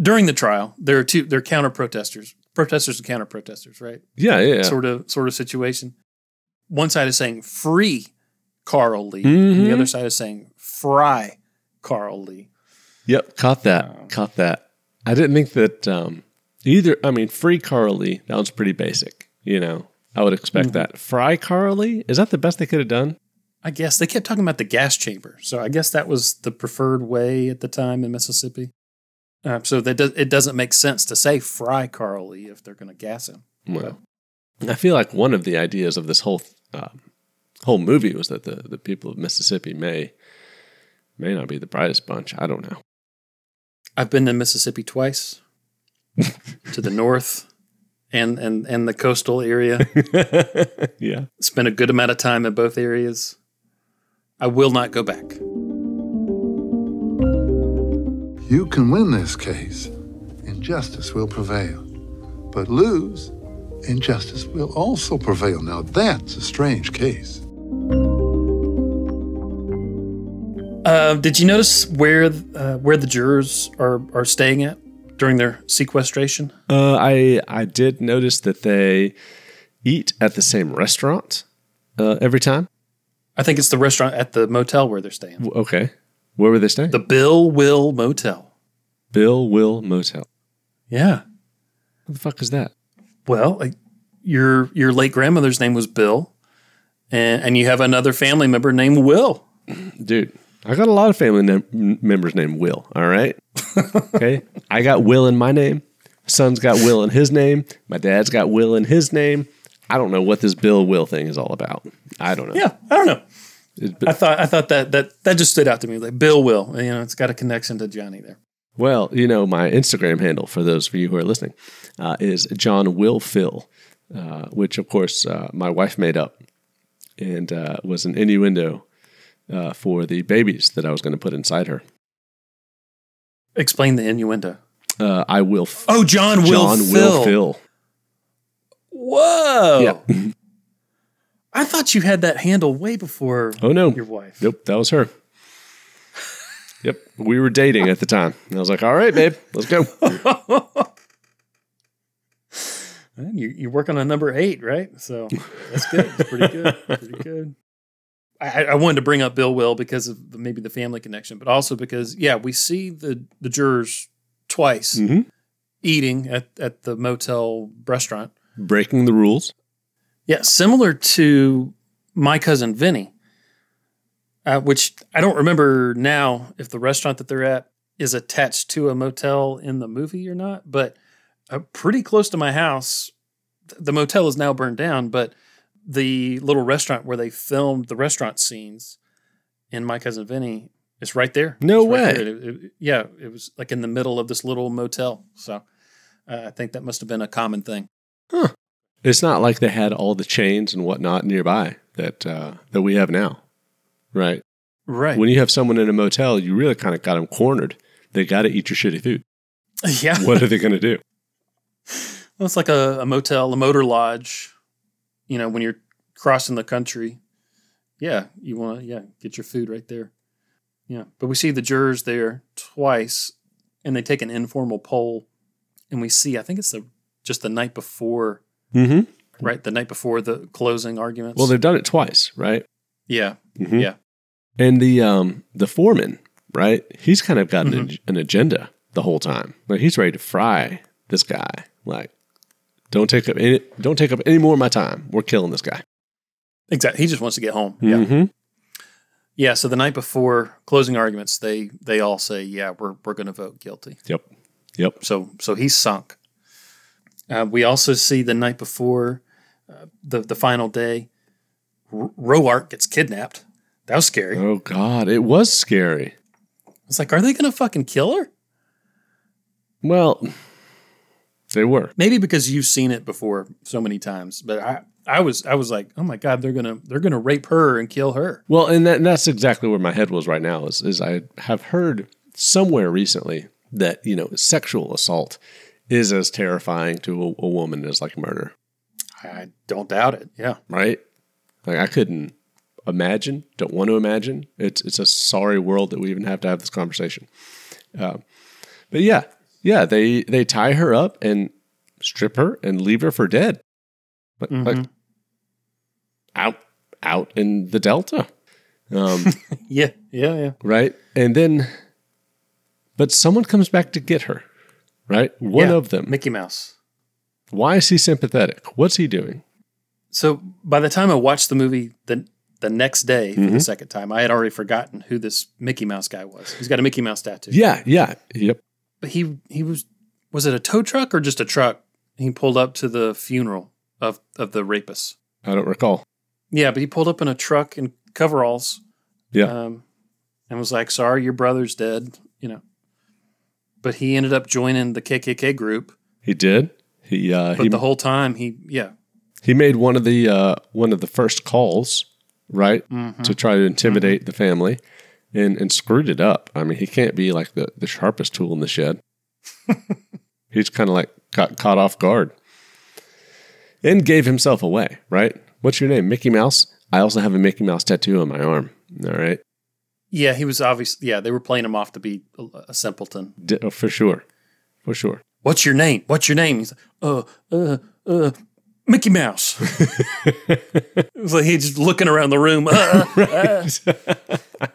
S1: during the trial, there are two they're counter protesters, protesters and counter protesters, right?
S2: Yeah. Yeah. yeah.
S1: sort of sort of situation. One side is saying free Carl Lee, and
S2: Mhm.
S1: the other side is saying fry Carl Lee.
S2: Yep, caught that. Caught that. I didn't think that um, either. I mean, free Carly, that was pretty basic. You know, I would expect that. Fry Carly, is that the best they could have done?
S1: I guess they kept talking about the gas chamber, so I guess that was the preferred way at the time in Mississippi. Uh, so that does, it doesn't make sense to say fry Carl Lee if they're going to gas him.
S2: Well, I feel like one of the ideas of this whole uh, whole movie was that the, the people of Mississippi may may not be the brightest bunch. I don't know.
S1: I've been to Mississippi twice, to the north, and and and the coastal area.
S2: yeah.
S1: Spent a good amount of time in both areas. I will not go back.
S16: You can win this case. Injustice will prevail. But lose, injustice will also prevail. Now that's a strange case.
S1: Uh, did you notice where uh, where the jurors are are staying at during their sequestration?
S2: Uh, I I did notice that they eat at the same restaurant uh, every time.
S1: I think it's the restaurant at the motel where they're staying.
S2: W- Okay. Where were they staying?
S1: The Bill Will Motel.
S2: Bill Will Motel.
S1: Yeah.
S2: What the fuck is that?
S1: Well, like, your your late grandmother's name was Bill, and, and you have another family member named Will.
S2: Dude, I got a lot of family name- m- members named Will. All right. Okay. I got Will in my name. Son's got Will in his name. My dad's got Will in his name. I don't know what this Bill Will thing is all about. I don't know.
S1: Yeah, I don't know.
S2: It-
S1: I thought I thought that that that just stood out to me like Bill Will. You know, it's got a connection to Johnny there.
S2: Well, you know, my Instagram handle, for those of you who are listening, uh, is John Will Phil, uh, which, of course, uh, my wife made up and uh, was an innuendo uh, for the babies that I was going to put inside her.
S1: Explain the innuendo.
S2: Uh, I will. F-
S1: Oh, John Will
S2: John
S1: Phil.
S2: Will Phil.
S1: Whoa!
S2: Yeah.
S1: I thought you had that handle way before.
S2: Oh, no.
S1: your wife.
S2: Nope, that was her. Yep, we were dating at the time. And I was like, all right, babe, let's go.
S1: Man, You you work on a number eight, right? So that's good. It's pretty good. Pretty good. I, I wanted to bring up Bill Will because of the, maybe the family connection, but also because yeah, we see the the jurors twice
S2: Mhm.
S1: eating at at the motel restaurant.
S2: Breaking the rules.
S1: Yeah, similar to my cousin Vinny, uh, which I don't remember now if the restaurant that they're at is attached to a motel in the movie or not, but uh, pretty close to my house, th- the motel is now burned down, but the little restaurant where they filmed the restaurant scenes in My Cousin Vinny is right there.
S2: No
S1: It's right
S2: way.
S1: there. It- it- yeah, it was like in the middle of this little motel. So uh, I think that must have been a common thing.
S2: It's not like they had all the chains and whatnot nearby that uh, that we have now, right?
S1: Right.
S2: When you have someone in a motel, you really kind of got them cornered. They got to eat your shitty food.
S1: yeah.
S2: What are they going to do?
S1: Well, it's like a, a motel, a motor lodge. You know, when you're crossing the country, yeah, you want to yeah get your food right there. Yeah, but we see the jurors there twice, and they take an informal poll, and we see I think it's the just the night before,
S2: Mm-hmm.
S1: right? The night before the closing arguments.
S2: Well, they've done it twice, right?
S1: yeah,
S2: Mhm.
S1: yeah,
S2: And the um, the foreman, right? He's kind of got an, an agenda the whole time. Like he's ready to fry this guy. Like, don't take up any, don't take up any more of my time. We're killing this guy.
S1: exactly. He just wants to get home. Yeah.
S2: Mhm.
S1: Yeah, so the night before closing arguments, they they all say, "Yeah, we're we're going to vote guilty."
S2: Yep. Yep.
S1: So so he's sunk. Uh, we also see the night before uh, the the final day, R- Roark gets kidnapped. That was scary.
S2: Oh God, it was scary.
S1: It's like, are they going to fucking kill her?
S2: Well, they were.
S1: Maybe because you've seen it before so many times, but I I was I was like, oh my god, they're gonna they're gonna rape her and kill her.
S2: Well, and, that, and that's exactly where my head was right now. Is, is I have heard somewhere recently that you know sexual assault is as terrifying to a, a woman as like murder,
S1: I don't doubt it. Yeah,
S2: right? Like I couldn't imagine, don't want to imagine. It's it's a sorry world that we even have to have this conversation. Um, but yeah, yeah, they they tie her up and strip her and leave her for dead, like, like
S1: Mhm.
S2: out out in the delta. Um,
S1: yeah, yeah, yeah.
S2: right? And then, but someone comes back to get her, right? One
S1: Yeah,
S2: of them.
S1: Mickey Mouse.
S2: Why is he sympathetic? What's he doing?
S1: So by the time I watched the movie the the next day for the
S2: Mhm.
S1: second time, I had already forgotten who this Mickey Mouse guy was. He's got a Mickey Mouse tattoo.
S2: Yeah, yeah, yep.
S1: but he he was was it a tow truck or just a truck? He pulled up to the funeral of of the rapist.
S2: I don't recall.
S1: Yeah, but he pulled up in a truck in coveralls
S2: Yeah,
S1: um, and was like, "Sorry, your brother's dead," you know. But he ended up joining the KKK group.
S2: he did. He uh,
S1: But
S2: he,
S1: the whole time, he yeah,
S2: he made one of the uh, one of the first calls, right, to try to intimidate the family, and and screwed it up. I mean, he can't be like the the sharpest tool in the shed. He's kind of like got caught off guard, and gave himself away. Right? What's your name, Mickey Mouse? I also have a Mickey Mouse tattoo on my arm. All right,
S1: yeah, he was obviously yeah. They were playing him off to be a, a simpleton.
S2: D- oh, for sure, for sure.
S1: What's your name? What's your name? He's like, uh, uh, uh, Mickey Mouse. it's like he's just looking around the room. Uh, uh. but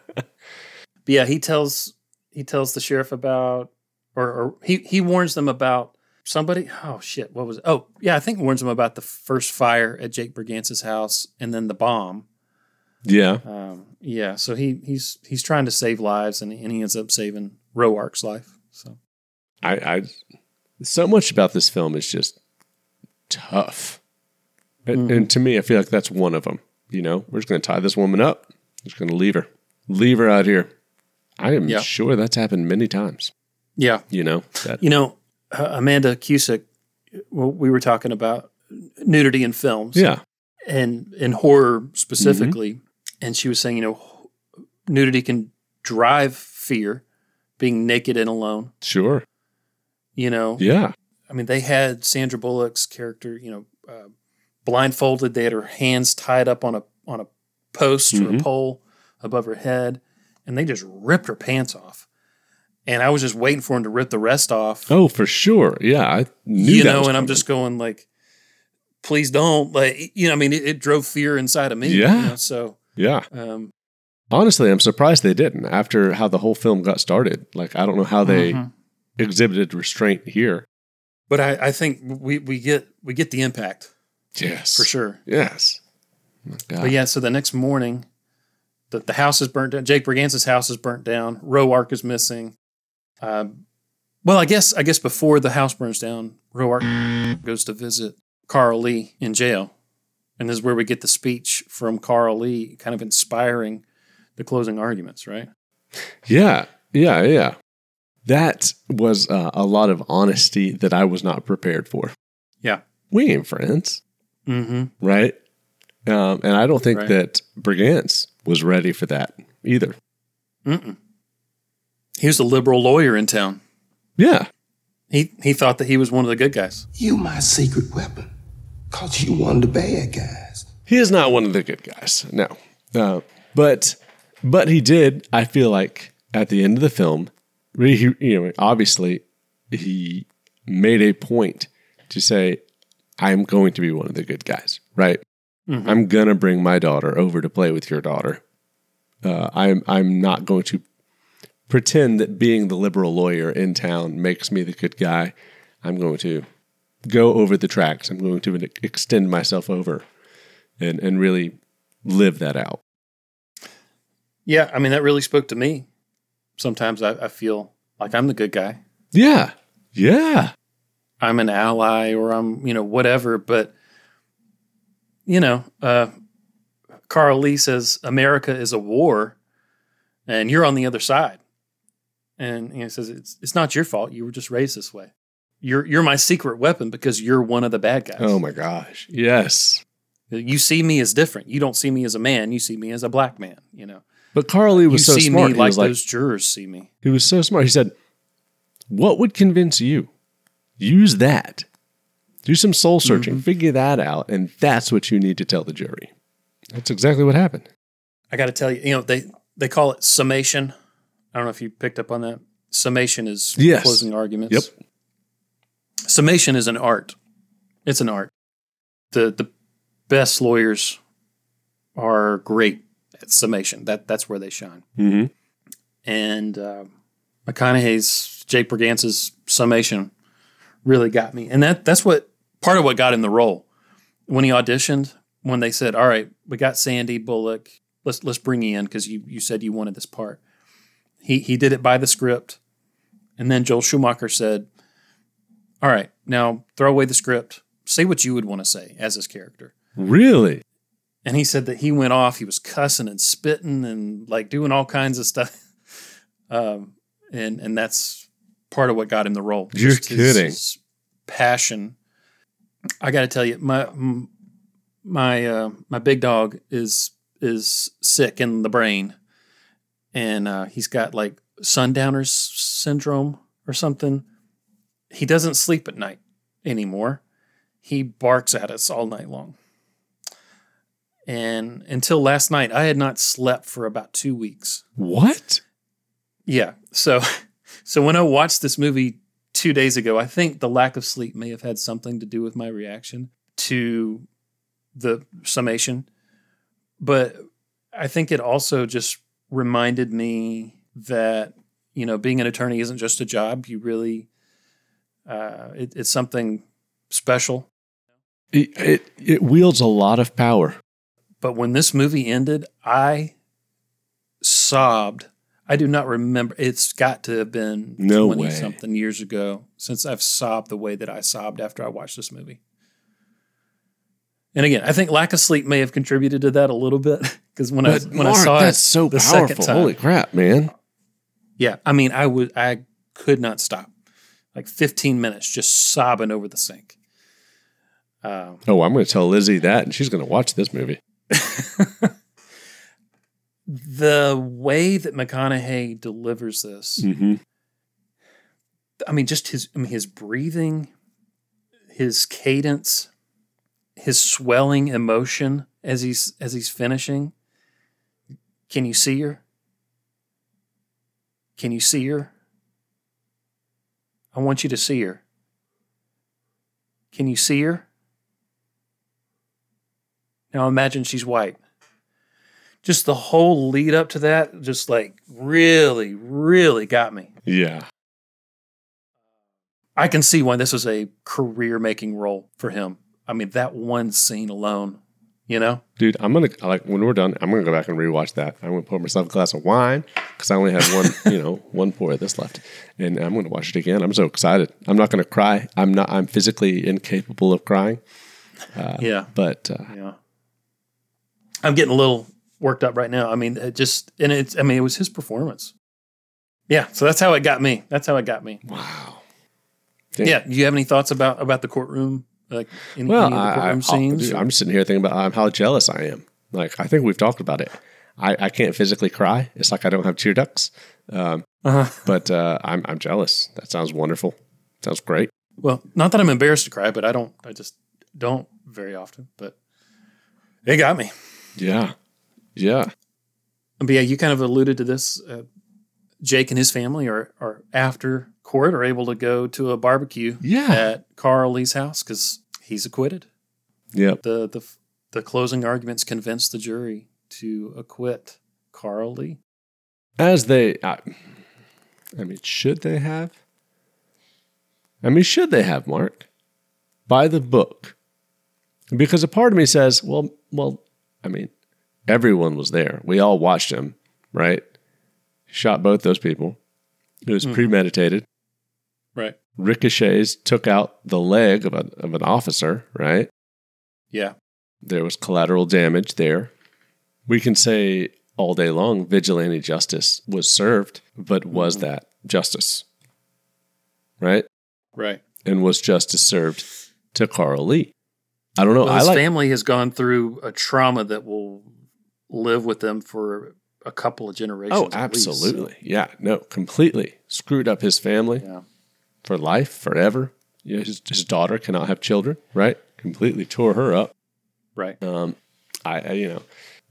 S1: yeah, he tells he tells the sheriff about, or, or he he warns them about somebody. Oh shit, what was? It? Oh yeah, I think warns them about the first fire at Jake Bergance's house, and then the bomb.
S2: Yeah.
S1: Um, yeah. So he he's he's trying to save lives, and, and he ends up saving Roark's life. So
S2: I, I so much about this film is just tough.
S1: Hmm.
S2: And, mm. and, to me, I feel like that's one of them. You know, we're just going to tie this woman up. Just going to leave her, leave her out here. I am yeah. sure that's happened many times.
S1: Yeah,
S2: you know,
S1: that. you know, uh, Amanda Cusick. Well, we were talking about nudity in films.
S2: Yeah,
S1: and in horror specifically, mm-hmm. and she was saying, you know, nudity can drive fear, being naked and alone.
S2: Sure.
S1: You know.
S2: Yeah.
S1: I mean, they had Sandra Bullock's character, you know, uh, blindfolded. They had her hands tied up on a on a post mm-hmm. or a pole above her head, and they just ripped her pants off. And I was just waiting for him to rip the rest off.
S2: Oh, for sure. Yeah, I knew
S1: you
S2: that
S1: know, and coming. I'm just going like, please don't. Like, you know, I mean, it, it drove fear inside of me.
S2: Yeah.
S1: You know, so
S2: yeah. Um, Honestly, I'm surprised they didn't. After how the whole film got started, like I don't know how they mm-hmm. exhibited restraint here
S1: but I, I, think we, we get we get the impact.
S2: Yes,
S1: for sure.
S2: Yes.
S1: Oh but yeah, so the next morning, the, the house is burnt down. Jake Bergance's house is burnt down. Roark is missing. Um, well, I guess I guess before the house burns down, Roark goes to visit Carl Lee in jail, and this is where we get the speech from Carl Lee, kind of inspiring the closing arguments, right?
S2: Yeah, yeah, yeah. That was uh, a lot of honesty that I was not prepared for.
S1: Yeah.
S2: We ain't friends.
S1: Mm-hmm.
S2: Right. Um, and I don't think right. that Brigance was ready for that either.
S1: Mm-mm. He was a liberal lawyer in town.
S2: Yeah.
S1: He, he thought that he was one of the good guys.
S17: You my secret weapon. Cause you one of the bad guys.
S2: He is not one of the good guys. No. Uh, but, but he did, I feel like at the end of the film, he, you know, obviously he made a point to say, I'm going to be one of the good guys, right? Mm-hmm. I'm going to bring my daughter over to play with your daughter. Uh, I'm, I'm not going to pretend that being the liberal lawyer in town makes me the good guy. I'm going to go over the tracks. I'm going to extend myself over and, and really live that out.
S1: Yeah. I mean, that really spoke to me sometimes I, I, feel like I'm the good guy.
S2: Yeah. Yeah.
S1: I'm an ally or I'm, you know, whatever. But, you know, uh, Carl Lee says America is a war and you're on the other side. And he says, it's, it's not your fault. You were just raised this way. You're, you're my secret weapon because you're one of the bad guys.
S2: Oh my gosh. Yes.
S1: You see me as different. You don't see me as a man. You see me as a black man, you know.
S2: But Carl Lee was
S1: you
S2: so
S1: see
S2: smart.
S1: Me like, like, those jurors see me.
S2: He was so smart. He said, "What would convince you? Use that. Do some soul searching. Mm-hmm. Figure that out, and that's what you need to tell the jury." That's exactly what happened.
S1: I got to tell you, you know they they call it summation. I don't know if you picked up on that. Summation is
S2: yes.
S1: closing arguments.
S2: Yep.
S1: Summation is an art. It's an art. The the best lawyers are great summation. That that's where they shine.
S2: Mm-hmm.
S1: And uh, McConaughey's Jake Bergance's summation really got me, and that that's what part of what got him the role when he auditioned. When they said, "All right, we got Sandy Bullock. Let's let's bring you in because you you said you wanted this part." He he did it by the script, and then Joel Schumacher said, "All right, now throw away the script. Say what you would want to say as this character."
S2: Really?
S1: and he said that he went off he was cussing and spitting and like doing all kinds of stuff um, and and that's part of what got him the role
S2: you're Just kidding his,
S1: his passion i gotta tell you my my uh, my big dog is is sick in the brain and uh, he's got like sundowner's syndrome or something he doesn't sleep at night anymore he barks at us all night long and until last night i had not slept for about two weeks
S2: what
S1: yeah so so when i watched this movie two days ago i think the lack of sleep may have had something to do with my reaction to the summation, but I think it also just reminded me that you know being an attorney isn't just a job. You really uh, it, it's something special.
S2: It, it it wields a lot of power.
S1: But when this movie ended, I sobbed. I do not remember. It's got to have been
S2: No
S1: 20
S2: way.
S1: something years ago since I've sobbed the way that I sobbed after I watched this movie. And again, I think lack of sleep may have contributed to that a little bit because when
S2: But
S1: I when
S2: Mark,
S1: I saw
S2: that's
S1: it
S2: so
S1: the second
S2: powerful.
S1: time,
S2: Holy crap, man!
S1: yeah, I mean, I would I could not stop, like 15 minutes just sobbing over the sink. Um,
S2: Oh, I'm going to tell Lizzie that, and she's going to watch this movie.
S1: the way that McConaughey delivers this,
S2: Mm-hmm.
S1: I mean, just his I mean, his breathing, his cadence, his swelling emotion as he's as he's finishing. Can you see her? Can you see her? I want you to see her. Can you see her? Now imagine she's white. Just the whole lead up to that, just like really, really got me.
S2: Yeah.
S1: I can see why this was a career making role for him. I mean, that one scene alone, you know?
S2: Dude, I'm gonna like when we're done. I'm gonna go back and rewatch that. I'm gonna pour myself a glass of wine because I only have one, you know, one pour of this left, and I'm gonna watch it again. I'm so excited. I'm not gonna cry. I'm not. I'm physically incapable of crying. Uh,
S1: Yeah.
S2: but uh,
S1: Yeah. I'm getting a little worked up right now. I mean, it just, and it's, I mean, it was his performance. Yeah. So that's how it got me. That's how it got me.
S2: wow. Damn.
S1: Yeah. Do you have any thoughts about, about the courtroom? Like any,
S2: Well,
S1: any of the
S2: I, oh,
S1: courtroom
S2: I,
S1: scenes?
S2: am sitting here thinking about um, how jealous I am. Like I think we've talked about it. I, I can't physically cry. It's like I don't have tear ducts. Um,
S1: Uh-huh.
S2: But uh, I'm I'm jealous. That sounds wonderful. Sounds great.
S1: Well, not that I'm embarrassed to cry, but I don't, I just don't very often, but it got me.
S2: Yeah. Yeah.
S1: But yeah, you kind of alluded to this. Uh, Jake and his family are, are after court are able to go to a barbecue
S2: Yeah.
S1: at Carl Lee's house because he's acquitted.
S2: Yep.
S1: The, the the closing arguments convince the jury to acquit Carl Lee.
S2: As they, I, I mean, should they have? I mean, should they have, Mark? By the book. Because a part of me says, well, well, I mean, everyone was there. We all watched him, right? Shot both those people. It was
S1: Mhm.
S2: premeditated.
S1: Right.
S2: Ricochets took out the leg of, a, of an officer, right?
S1: Yeah.
S2: there was collateral damage there. We can say all day long vigilante justice was served, but was
S1: Mm-hmm.
S2: that justice? Right?
S1: Right.
S2: And was justice served to Carl Lee? I don't know.
S1: well,
S2: I
S1: his
S2: like
S1: family has gone through a trauma that will live with them for a couple of generations.
S2: Oh,
S1: at least, so-
S2: absolutely. Yeah. No, completely screwed up his family
S1: Yeah.
S2: for life, forever. You know, his, his daughter cannot have children, right? Completely tore her up.
S1: Right.
S2: Um, I, I, you know,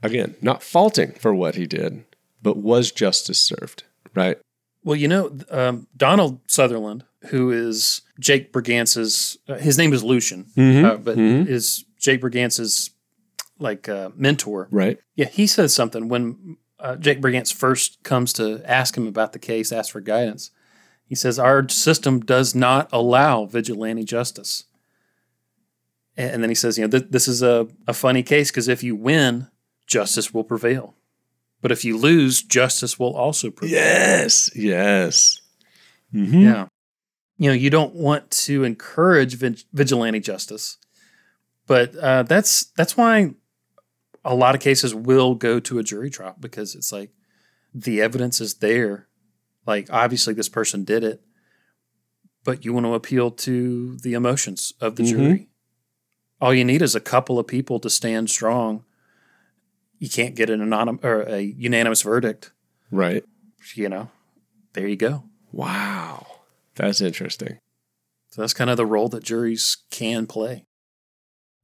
S2: again, not faulting for what he did, but was justice served, right?
S1: Well, you know, th- um, Donald Sutherland, who is Jake Bragance's, uh, his name is Lucian,
S2: Mhm,
S1: uh, but
S2: mhm.
S1: is Jake Bragance's like uh, mentor.
S2: Right.
S1: Yeah, he says something when uh, Jake Brigance first comes to ask him about the case, ask for guidance. He says, Our system does not allow vigilante justice. And, and then he says, You know, th- this is a, a funny case because if you win, justice will prevail. But if you lose, justice will also prevail.
S2: Yes, yes.
S1: Yeah. Mm-hmm. You know, you don't want to encourage vig- vigilante justice, but uh, that's that's why a lot of cases will go to a jury trial because it's like the evidence is there. Like obviously this person did it, but you want to appeal to the emotions of the
S2: Mhm.
S1: jury. All you need is a couple of people to stand strong. You can't get an anonym or a unanimous verdict,
S2: Right.
S1: you know. There you go.
S2: Wow. That's interesting.
S1: So that's kind of the role that juries can play.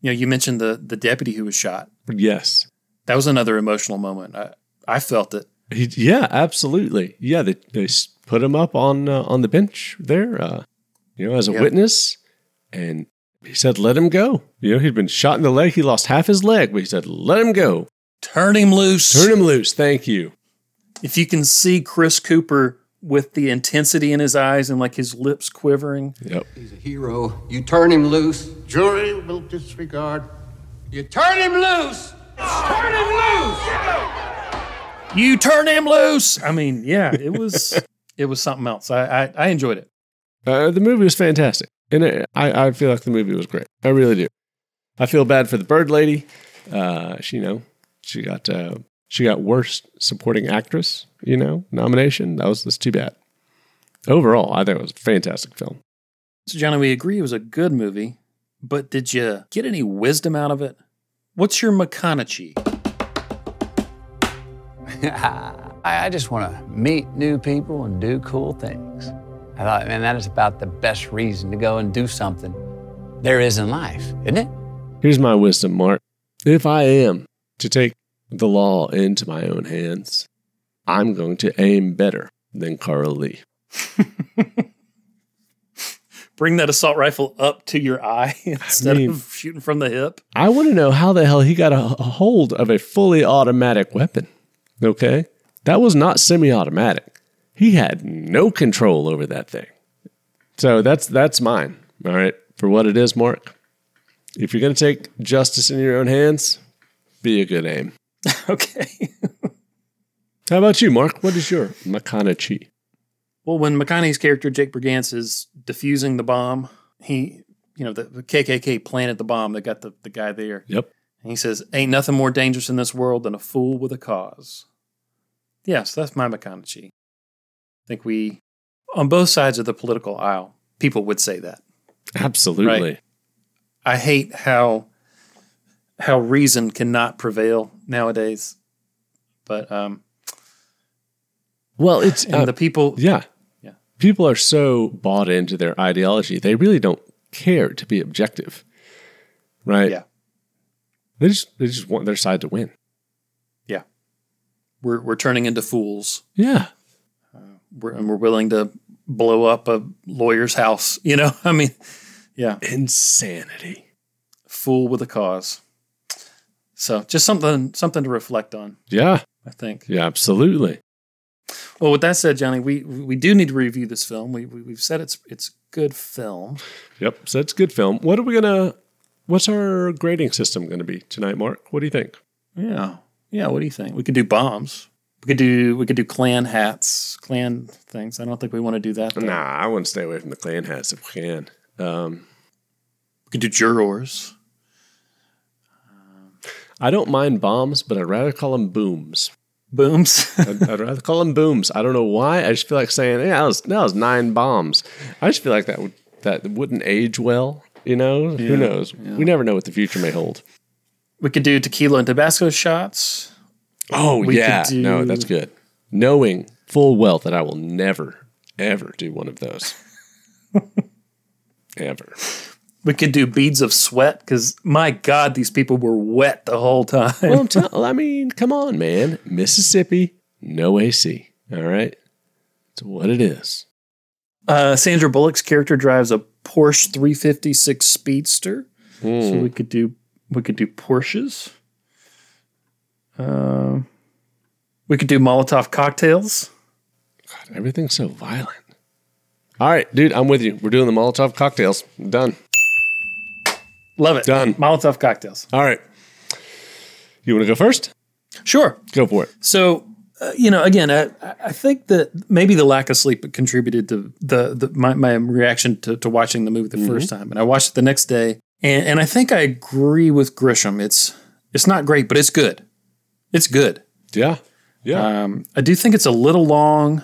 S1: You know, you mentioned the the deputy who was shot.
S2: Yes.
S1: That was another emotional moment. I I felt it.
S2: He, yeah, absolutely. Yeah, they, they s- put him up on uh, on the bench there, uh, you know, as a
S1: Yeah.
S2: witness, and He said, let him go. You know, he'd been shot in the leg. He lost half his leg, but he said, let him go.
S1: Turn him loose.
S2: Turn him loose. Thank you.
S1: If you can see Chris Cooper with the intensity in his eyes and like his lips quivering.
S2: Yep.
S17: He's a hero. You turn him loose.
S12: Jury will disregard.
S17: You turn him loose.
S4: Turn him loose!
S1: You turn him loose. I mean, yeah, it was it was something else. I I, I enjoyed it.
S2: Uh, the movie was fantastic. And it, I, I feel like the movie was great. I really do. I feel bad for the bird lady. Uh, she, you know, she got uh, she got worst supporting actress, you know, nomination. That was that's too bad. Overall, I think it was a fantastic film.
S1: So, Johnny, we agree it was a good movie, but did you get any wisdom out of it? What's your McConaughey?
S7: I, I just want to meet new people and do cool things. I thought, man, that is about the best reason to go and do something there is in life, isn't it?
S2: Here's my wisdom, Mark. If I am to take the law into my own hands, I'm going to aim better than Carl Lee.
S1: Bring that assault rifle up to your eye instead
S2: mean-
S1: of shooting from the hip.
S2: I want to know how the hell he got a, a hold of a fully automatic weapon. Okay? That was not semi automatic. He had no control over that thing. So that's that's mine. All right. For what it is, Mark. If you're gonna take justice in your own hands, be a good aim.
S1: Okay.
S2: How about you, Mark? What is your Makanachi?
S1: Well, when McConaughey's character Jake Brigance is defusing the bomb, he, you know, the, the KKK planted the bomb that got the, the guy there.
S2: Yep.
S1: And he says, "Ain't nothing more dangerous in this world than a fool with a cause." Yes, that's my McConaughey. I think we, on both sides of the political aisle, people would say that.
S2: Absolutely.
S1: Right. I hate how how reason cannot prevail nowadays. But um,
S2: Well, it's uh,
S1: and the people,
S2: Yeah.
S1: Yeah.
S2: People are so bought into their ideology, they really don't care to be objective. Right?
S1: Yeah.
S2: They just they just want their side to win.
S1: yeah, we're we're turning into fools.
S2: Yeah.
S1: we're, and we're willing to blow up a lawyer's house. You know, I mean, yeah,
S2: Insanity.
S1: fool with a cause. So just something something to reflect on,
S2: Yeah.
S1: I think.
S2: Yeah, absolutely.
S1: Well, with that said, Johnny, we we do need to review this film. We, we we've said it's it's good film.
S2: Yep. So that's a good film. What are we gonna what's our grading system gonna be tonight, Mark? What do you think?
S1: Yeah, yeah. What do you think? We could do bombs. We could do we could do clan hats, clan things. I don't think we want to do that. though.
S2: Nah, I want to stay away from the clan hats if we can. Um,
S1: We could do jurors.
S2: I don't mind bombs, but I'd rather call them booms.
S1: Booms.
S2: I'd, I'd rather call them booms. I don't know why. I just feel like saying, "Yeah, that was, that was nine bombs." I just feel like that would that wouldn't age well. You know, who knows? We never know what the future may hold.
S1: we could do tequila and Tabasco shots.
S2: Oh
S1: We
S2: yeah,
S1: could do-
S2: no, that's good. Knowing full well that I will never, ever do one of those. ever.
S1: We could do beads of sweat because my God, these people were wet the whole time.
S2: Well, I'm tell- I mean, come on, man. Mississippi, no AC. All right, it's what it is.
S1: uh, Sandra Bullock's character drives a Porsche 356 Speedster, so we could do we could do Porsches. Um, we could do Molotov cocktails.
S2: Everything's so violent. All right, dude, I'm with you. We're doing the Molotov cocktails. Done.
S1: Love it.
S2: Done.
S1: Molotov cocktails.
S2: All right. You want to go first?
S1: Sure.
S2: Go for it.
S1: So, uh, you know, again, I, I think that maybe the lack of sleep contributed to the, the my, my reaction to, to watching the movie the first time. And I watched it the next day. And, and I think I agree with Grisham. It's, it's not great, but it's good. It's good.
S2: Yeah. Yeah.
S1: Um, I do think it's a little long.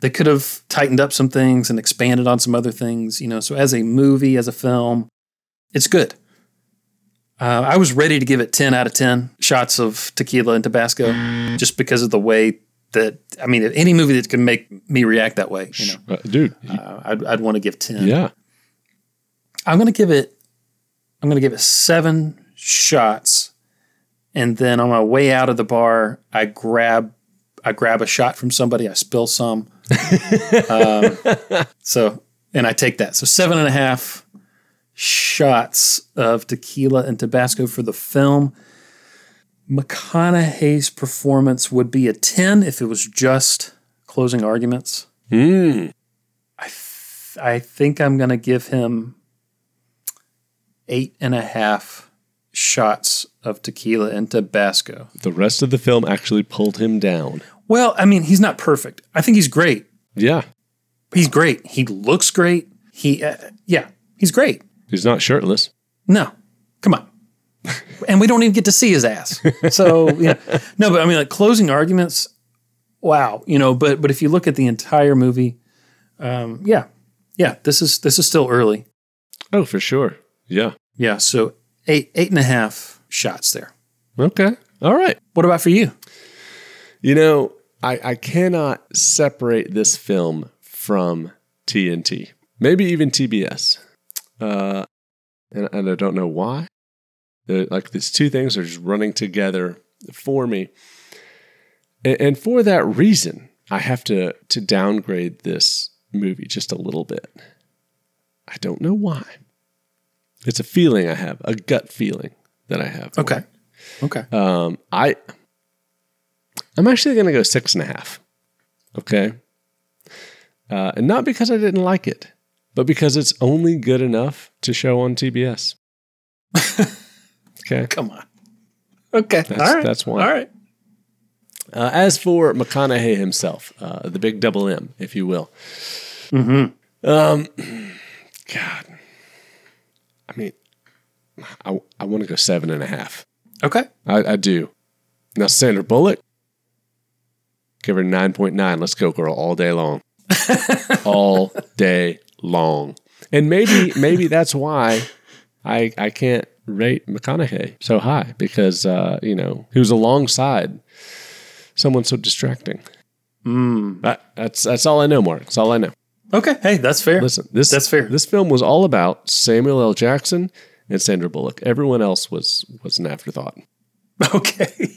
S1: They could have tightened up some things and expanded on some other things, you know. So as a movie, as a film, it's good. Uh, I was ready to give it ten out of ten shots of tequila and Tabasco, just because of the way that I mean, any movie that can make me react that way, you know,
S2: Uh, dude.
S1: uh, I'd, I'd want to give ten.
S2: yeah.
S1: I'm gonna give it. I'm gonna give it seven shots, and then on my way out of the bar, I grab, I grab a shot from somebody. I spill some. um, so and I take that. So seven and a half shots of tequila and Tabasco for the film. McConaughey's performance would be a 10 if it was just closing arguments.
S2: Mm.
S1: I, th- I think I'm going to give him eight and a half shots of tequila and Tabasco.
S2: The rest of the film actually pulled him down.
S1: Well, I mean, he's not perfect. I think he's great.
S2: Yeah.
S1: He's great. He looks great. He, uh, yeah, he's great.
S2: He's not shirtless.
S1: No, come on. and we don't even get to see his ass. So, yeah. No, but I mean, like closing arguments, wow, you know, but, but if you look at the entire movie, um, yeah, yeah, this is, this is still early.
S2: Oh, for sure. Yeah.
S1: Yeah. So eight, eight and a half shots there.
S2: Okay. All right.
S1: What about for you?
S2: You know, I, I cannot separate this film from TNT, maybe even TBS. Uh, and, and I don't know why. They're, like these two things are just running together for me. And, and for that reason, I have to, to downgrade this movie just a little bit. I don't know why. It's a feeling I have, a gut feeling that I have.
S1: Okay. Okay.
S2: Um, I. I'm actually going to go six and a half. Okay. Uh, and not because I didn't like it, but because it's only good enough to show on TBS. okay.
S1: Come on. Okay.
S2: That's,
S1: All right.
S2: That's one.
S1: All right.
S2: Uh, as for McConaughey himself, uh, the big double M, if you will.
S1: Mm-hmm.
S2: Um, God. I mean, I, I want to go seven and a half.
S1: Okay.
S2: I, I do. Now, Sandra Bullock, give her 9.9. Let's go, girl, all day long. all day long. And maybe maybe that's why I I can't rate McConaughey so high because uh, you know, he was alongside someone so distracting.
S1: Mm.
S2: That, that's that's all I know, Mark. That's all I know.
S1: Okay, hey, that's fair.
S2: Listen, this
S1: that's fair.
S2: This film was all about Samuel L. Jackson and Sandra Bullock. Everyone else was was an afterthought.
S1: Okay.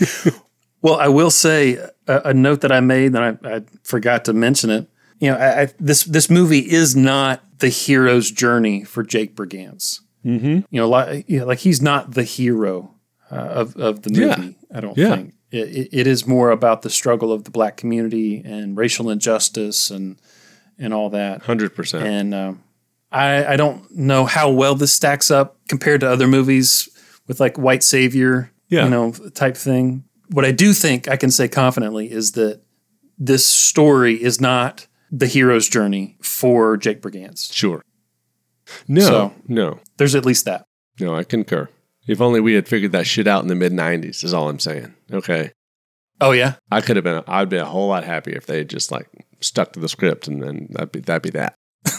S1: well, I will say a, a note that I made that I, I forgot to mention it. You know, I, I, this this movie is not the hero's journey for Jake Brigance.
S2: Mm-hmm.
S1: You know, like, yeah, like he's not the hero uh, of of the movie. I don't
S2: Yeah.
S1: think it, it, it is more about the struggle of the black community and racial injustice and and all that.
S2: 100%.
S1: And um, I, I don't know how well this stacks up compared to other movies with like white savior,
S2: Yeah.
S1: you know, type thing. What I do think I can say confidently is that this story is not the hero's journey for Jake Brigance.
S2: sure. No.
S1: So-
S2: no.
S1: There's at least that.
S2: No, I concur. If only we had figured that shit out in the mid 90s, is all I'm saying. Okay.
S1: Oh yeah,
S2: I could have been, I'd been a whole lot happier if they had just like stuck to the script and then that'd be, that'd be that.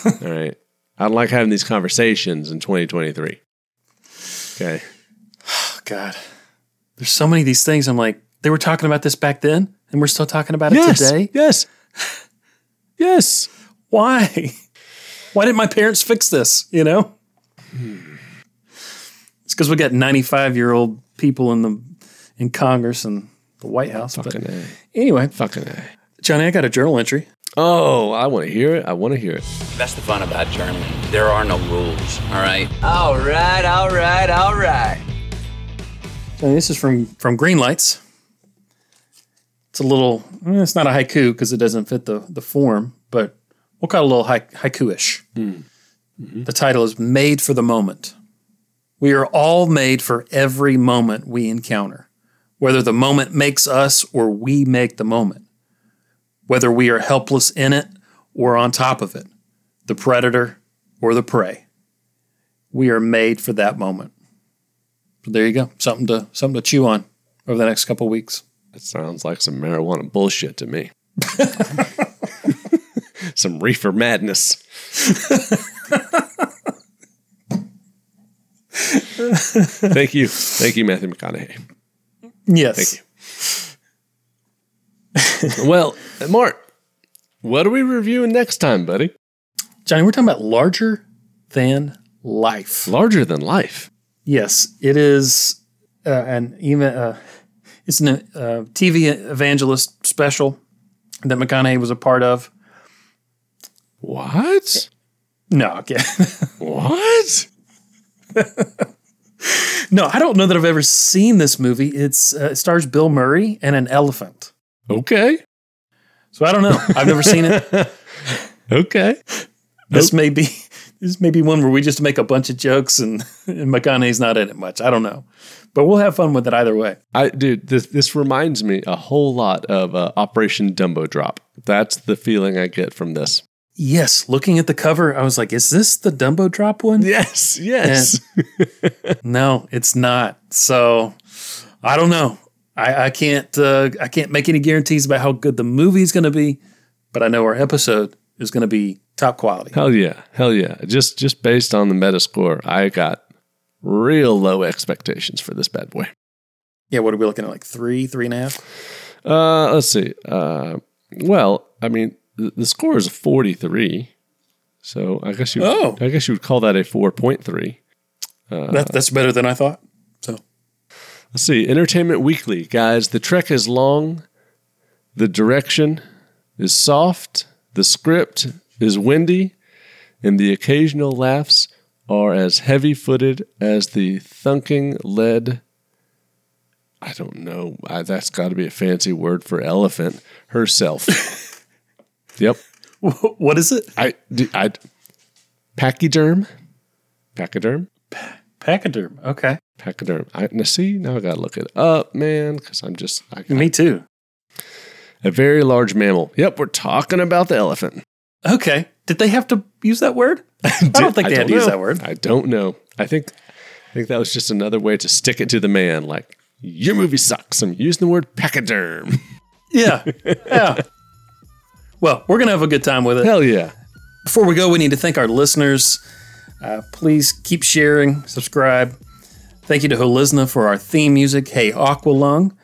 S2: all right. I don't like having these conversations in 2023. Okay.
S1: oh, God. There's so many of these things. I'm like, they were talking about this back then, and we're still talking about it
S2: Yes.
S1: today.
S2: Yes. Yes.
S1: Why? Why didn't my parents fix this? You know,
S2: Hmm.
S1: it's because we got 95 year old people in the in Congress and the White House. But
S2: Fucking A.
S1: anyway,
S2: Fucking A.
S1: Johnny, I got a journal entry.
S2: Oh, I want to hear it. I want to hear it.
S7: That's the fun about Germany. There are no rules, all right?
S5: All right, all right, all right.
S1: Johnny, this is from from Green Lights. It's a little. eh, It's not a haiku because it doesn't fit the the form, but we'll call it a little haik- haikuish. The title is "Made for the Moment." We are all made for every moment we encounter, whether the moment makes us or we make the moment, whether we are helpless in it or on top of it, the predator or the prey. We are made for that moment. So there you go. Something to something to chew on over the next couple weeks.
S2: That sounds like some marijuana bullshit to me. some reefer madness. Thank you. Thank you, Matthew McConaughey.
S1: Yes.
S2: Well, Mark, what are we reviewing next time, buddy?
S1: Johnny, we're talking about larger than life.
S2: Larger than life.
S1: Yes, it is uh, an even uh, it's a uh, TV evangelist special that McConaughey was a part of.
S2: What?
S1: No, okay.
S2: what?
S1: no, I don't know that I've ever seen this movie. It's uh, it stars Bill Murray and an elephant.
S2: Okay.
S1: So I don't know. I've never seen it.
S2: okay.
S1: This may be this may be one where we just make a bunch of jokes and, and McConaughey's not in it much. I don't know. But we'll have fun with it either way.
S2: I dude, this this reminds me a whole lot of uh, Operation Dumbo Drop. That's the feeling I get from this.
S1: Yes, looking at the cover, I was like, "Is this the Dumbo Drop one?"
S2: Yes, yes.
S1: no, it's not. So I don't know. I, I can't. Uh, I can't make any guarantees about how good the movie is going to be, but I know our episode is going to be top quality.
S2: Hell yeah, hell yeah. Just just based on the Metascore, I got real low expectations for this bad boy.
S1: Yeah, what are we looking at? Like three, three and a half.
S2: Uh, let's see. Uh, well, I mean, the score is 43 so i guess you oh. i guess you would call that a 4.3
S1: uh, that, that's better than i thought so
S2: let's see entertainment weekly guys the trek is long the direction is soft the script is windy and the occasional laughs are as heavy-footed as the thunking lead i don't know I, that's got to be a fancy word for elephant herself Yep.
S1: What is it?
S2: I, I, pachyderm, pachyderm,
S1: pachyderm. Okay.
S2: Pachyderm. I now see now I gotta look it up, man, because I'm just. I,
S1: Me
S2: I,
S1: too.
S2: A very large mammal. Yep, we're talking about the elephant.
S1: Okay. Did they have to use that word? I don't think they had to use that word.
S2: I don't know. I think, I think that was just another way to stick it to the man. Like your movie sucks. I'm using the word pachyderm.
S1: Yeah. Yeah. Well, we're going to have a good time with it.
S2: Hell yeah.
S1: Before we go, we need to thank our listeners. Uh, please keep sharing, subscribe. Thank you to Holisna for our theme music, Hey Aqualung.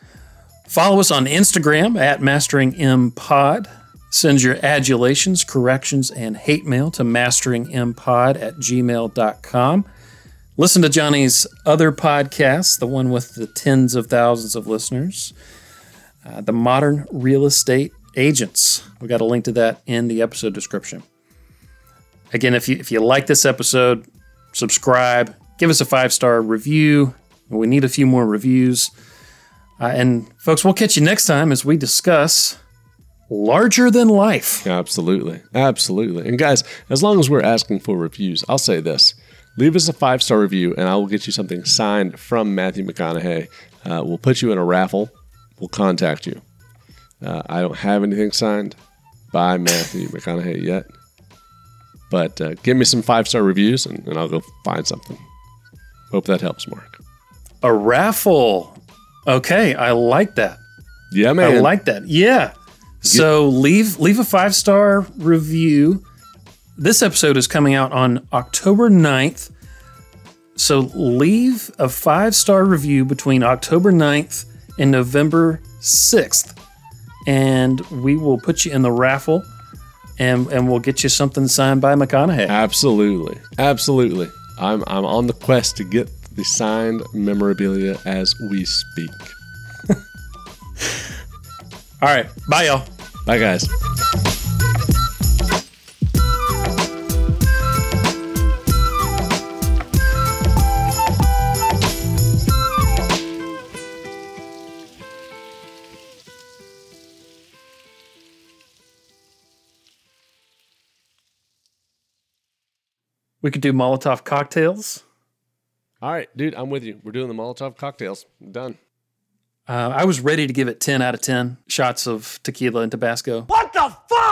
S1: Follow us on Instagram at MasteringMPod. Send your adulations, corrections, and hate mail to masteringmpod at gmail.com. Listen to Johnny's other podcast, the one with the tens of thousands of listeners, uh, The Modern Real Estate agents. We got a link to that in the episode description. Again, if you if you like this episode, subscribe, give us a five star review. We need a few more reviews. Uh, and folks, we'll catch you next time as we discuss larger than life.
S2: Absolutely, absolutely. And guys, as long as we're asking for reviews, I'll say this: leave us a five star review, and I will get you something signed from Matthew McConaughey. Uh, we'll put you in a raffle. We'll contact you. Uh, I don't have anything signed by Matthew McConaughey yet, but uh, give me some five star reviews and, and, I'll go find something. Hope that helps, Mark.
S1: A raffle. Okay, I like that.
S2: Yeah, man.
S1: I like that. Yeah. So yeah. leave leave a five star review. This episode is coming out on October 9th. So leave a five star review between October 9th and November 6th and we will put you in the raffle and and we'll get you something signed by McConaughey.
S2: Uh, Absolutely. Absolutely. I'm I'm on the quest to get the signed memorabilia as we speak.
S1: All right. Bye y'all.
S2: Bye guys.
S1: We could do Molotov cocktails.
S2: All right, dude, I'm with you. We're doing the Molotov cocktails. I'm done.
S1: Uh, I was ready to give it 10 out of 10 shots of tequila and Tabasco.
S5: What the fuck?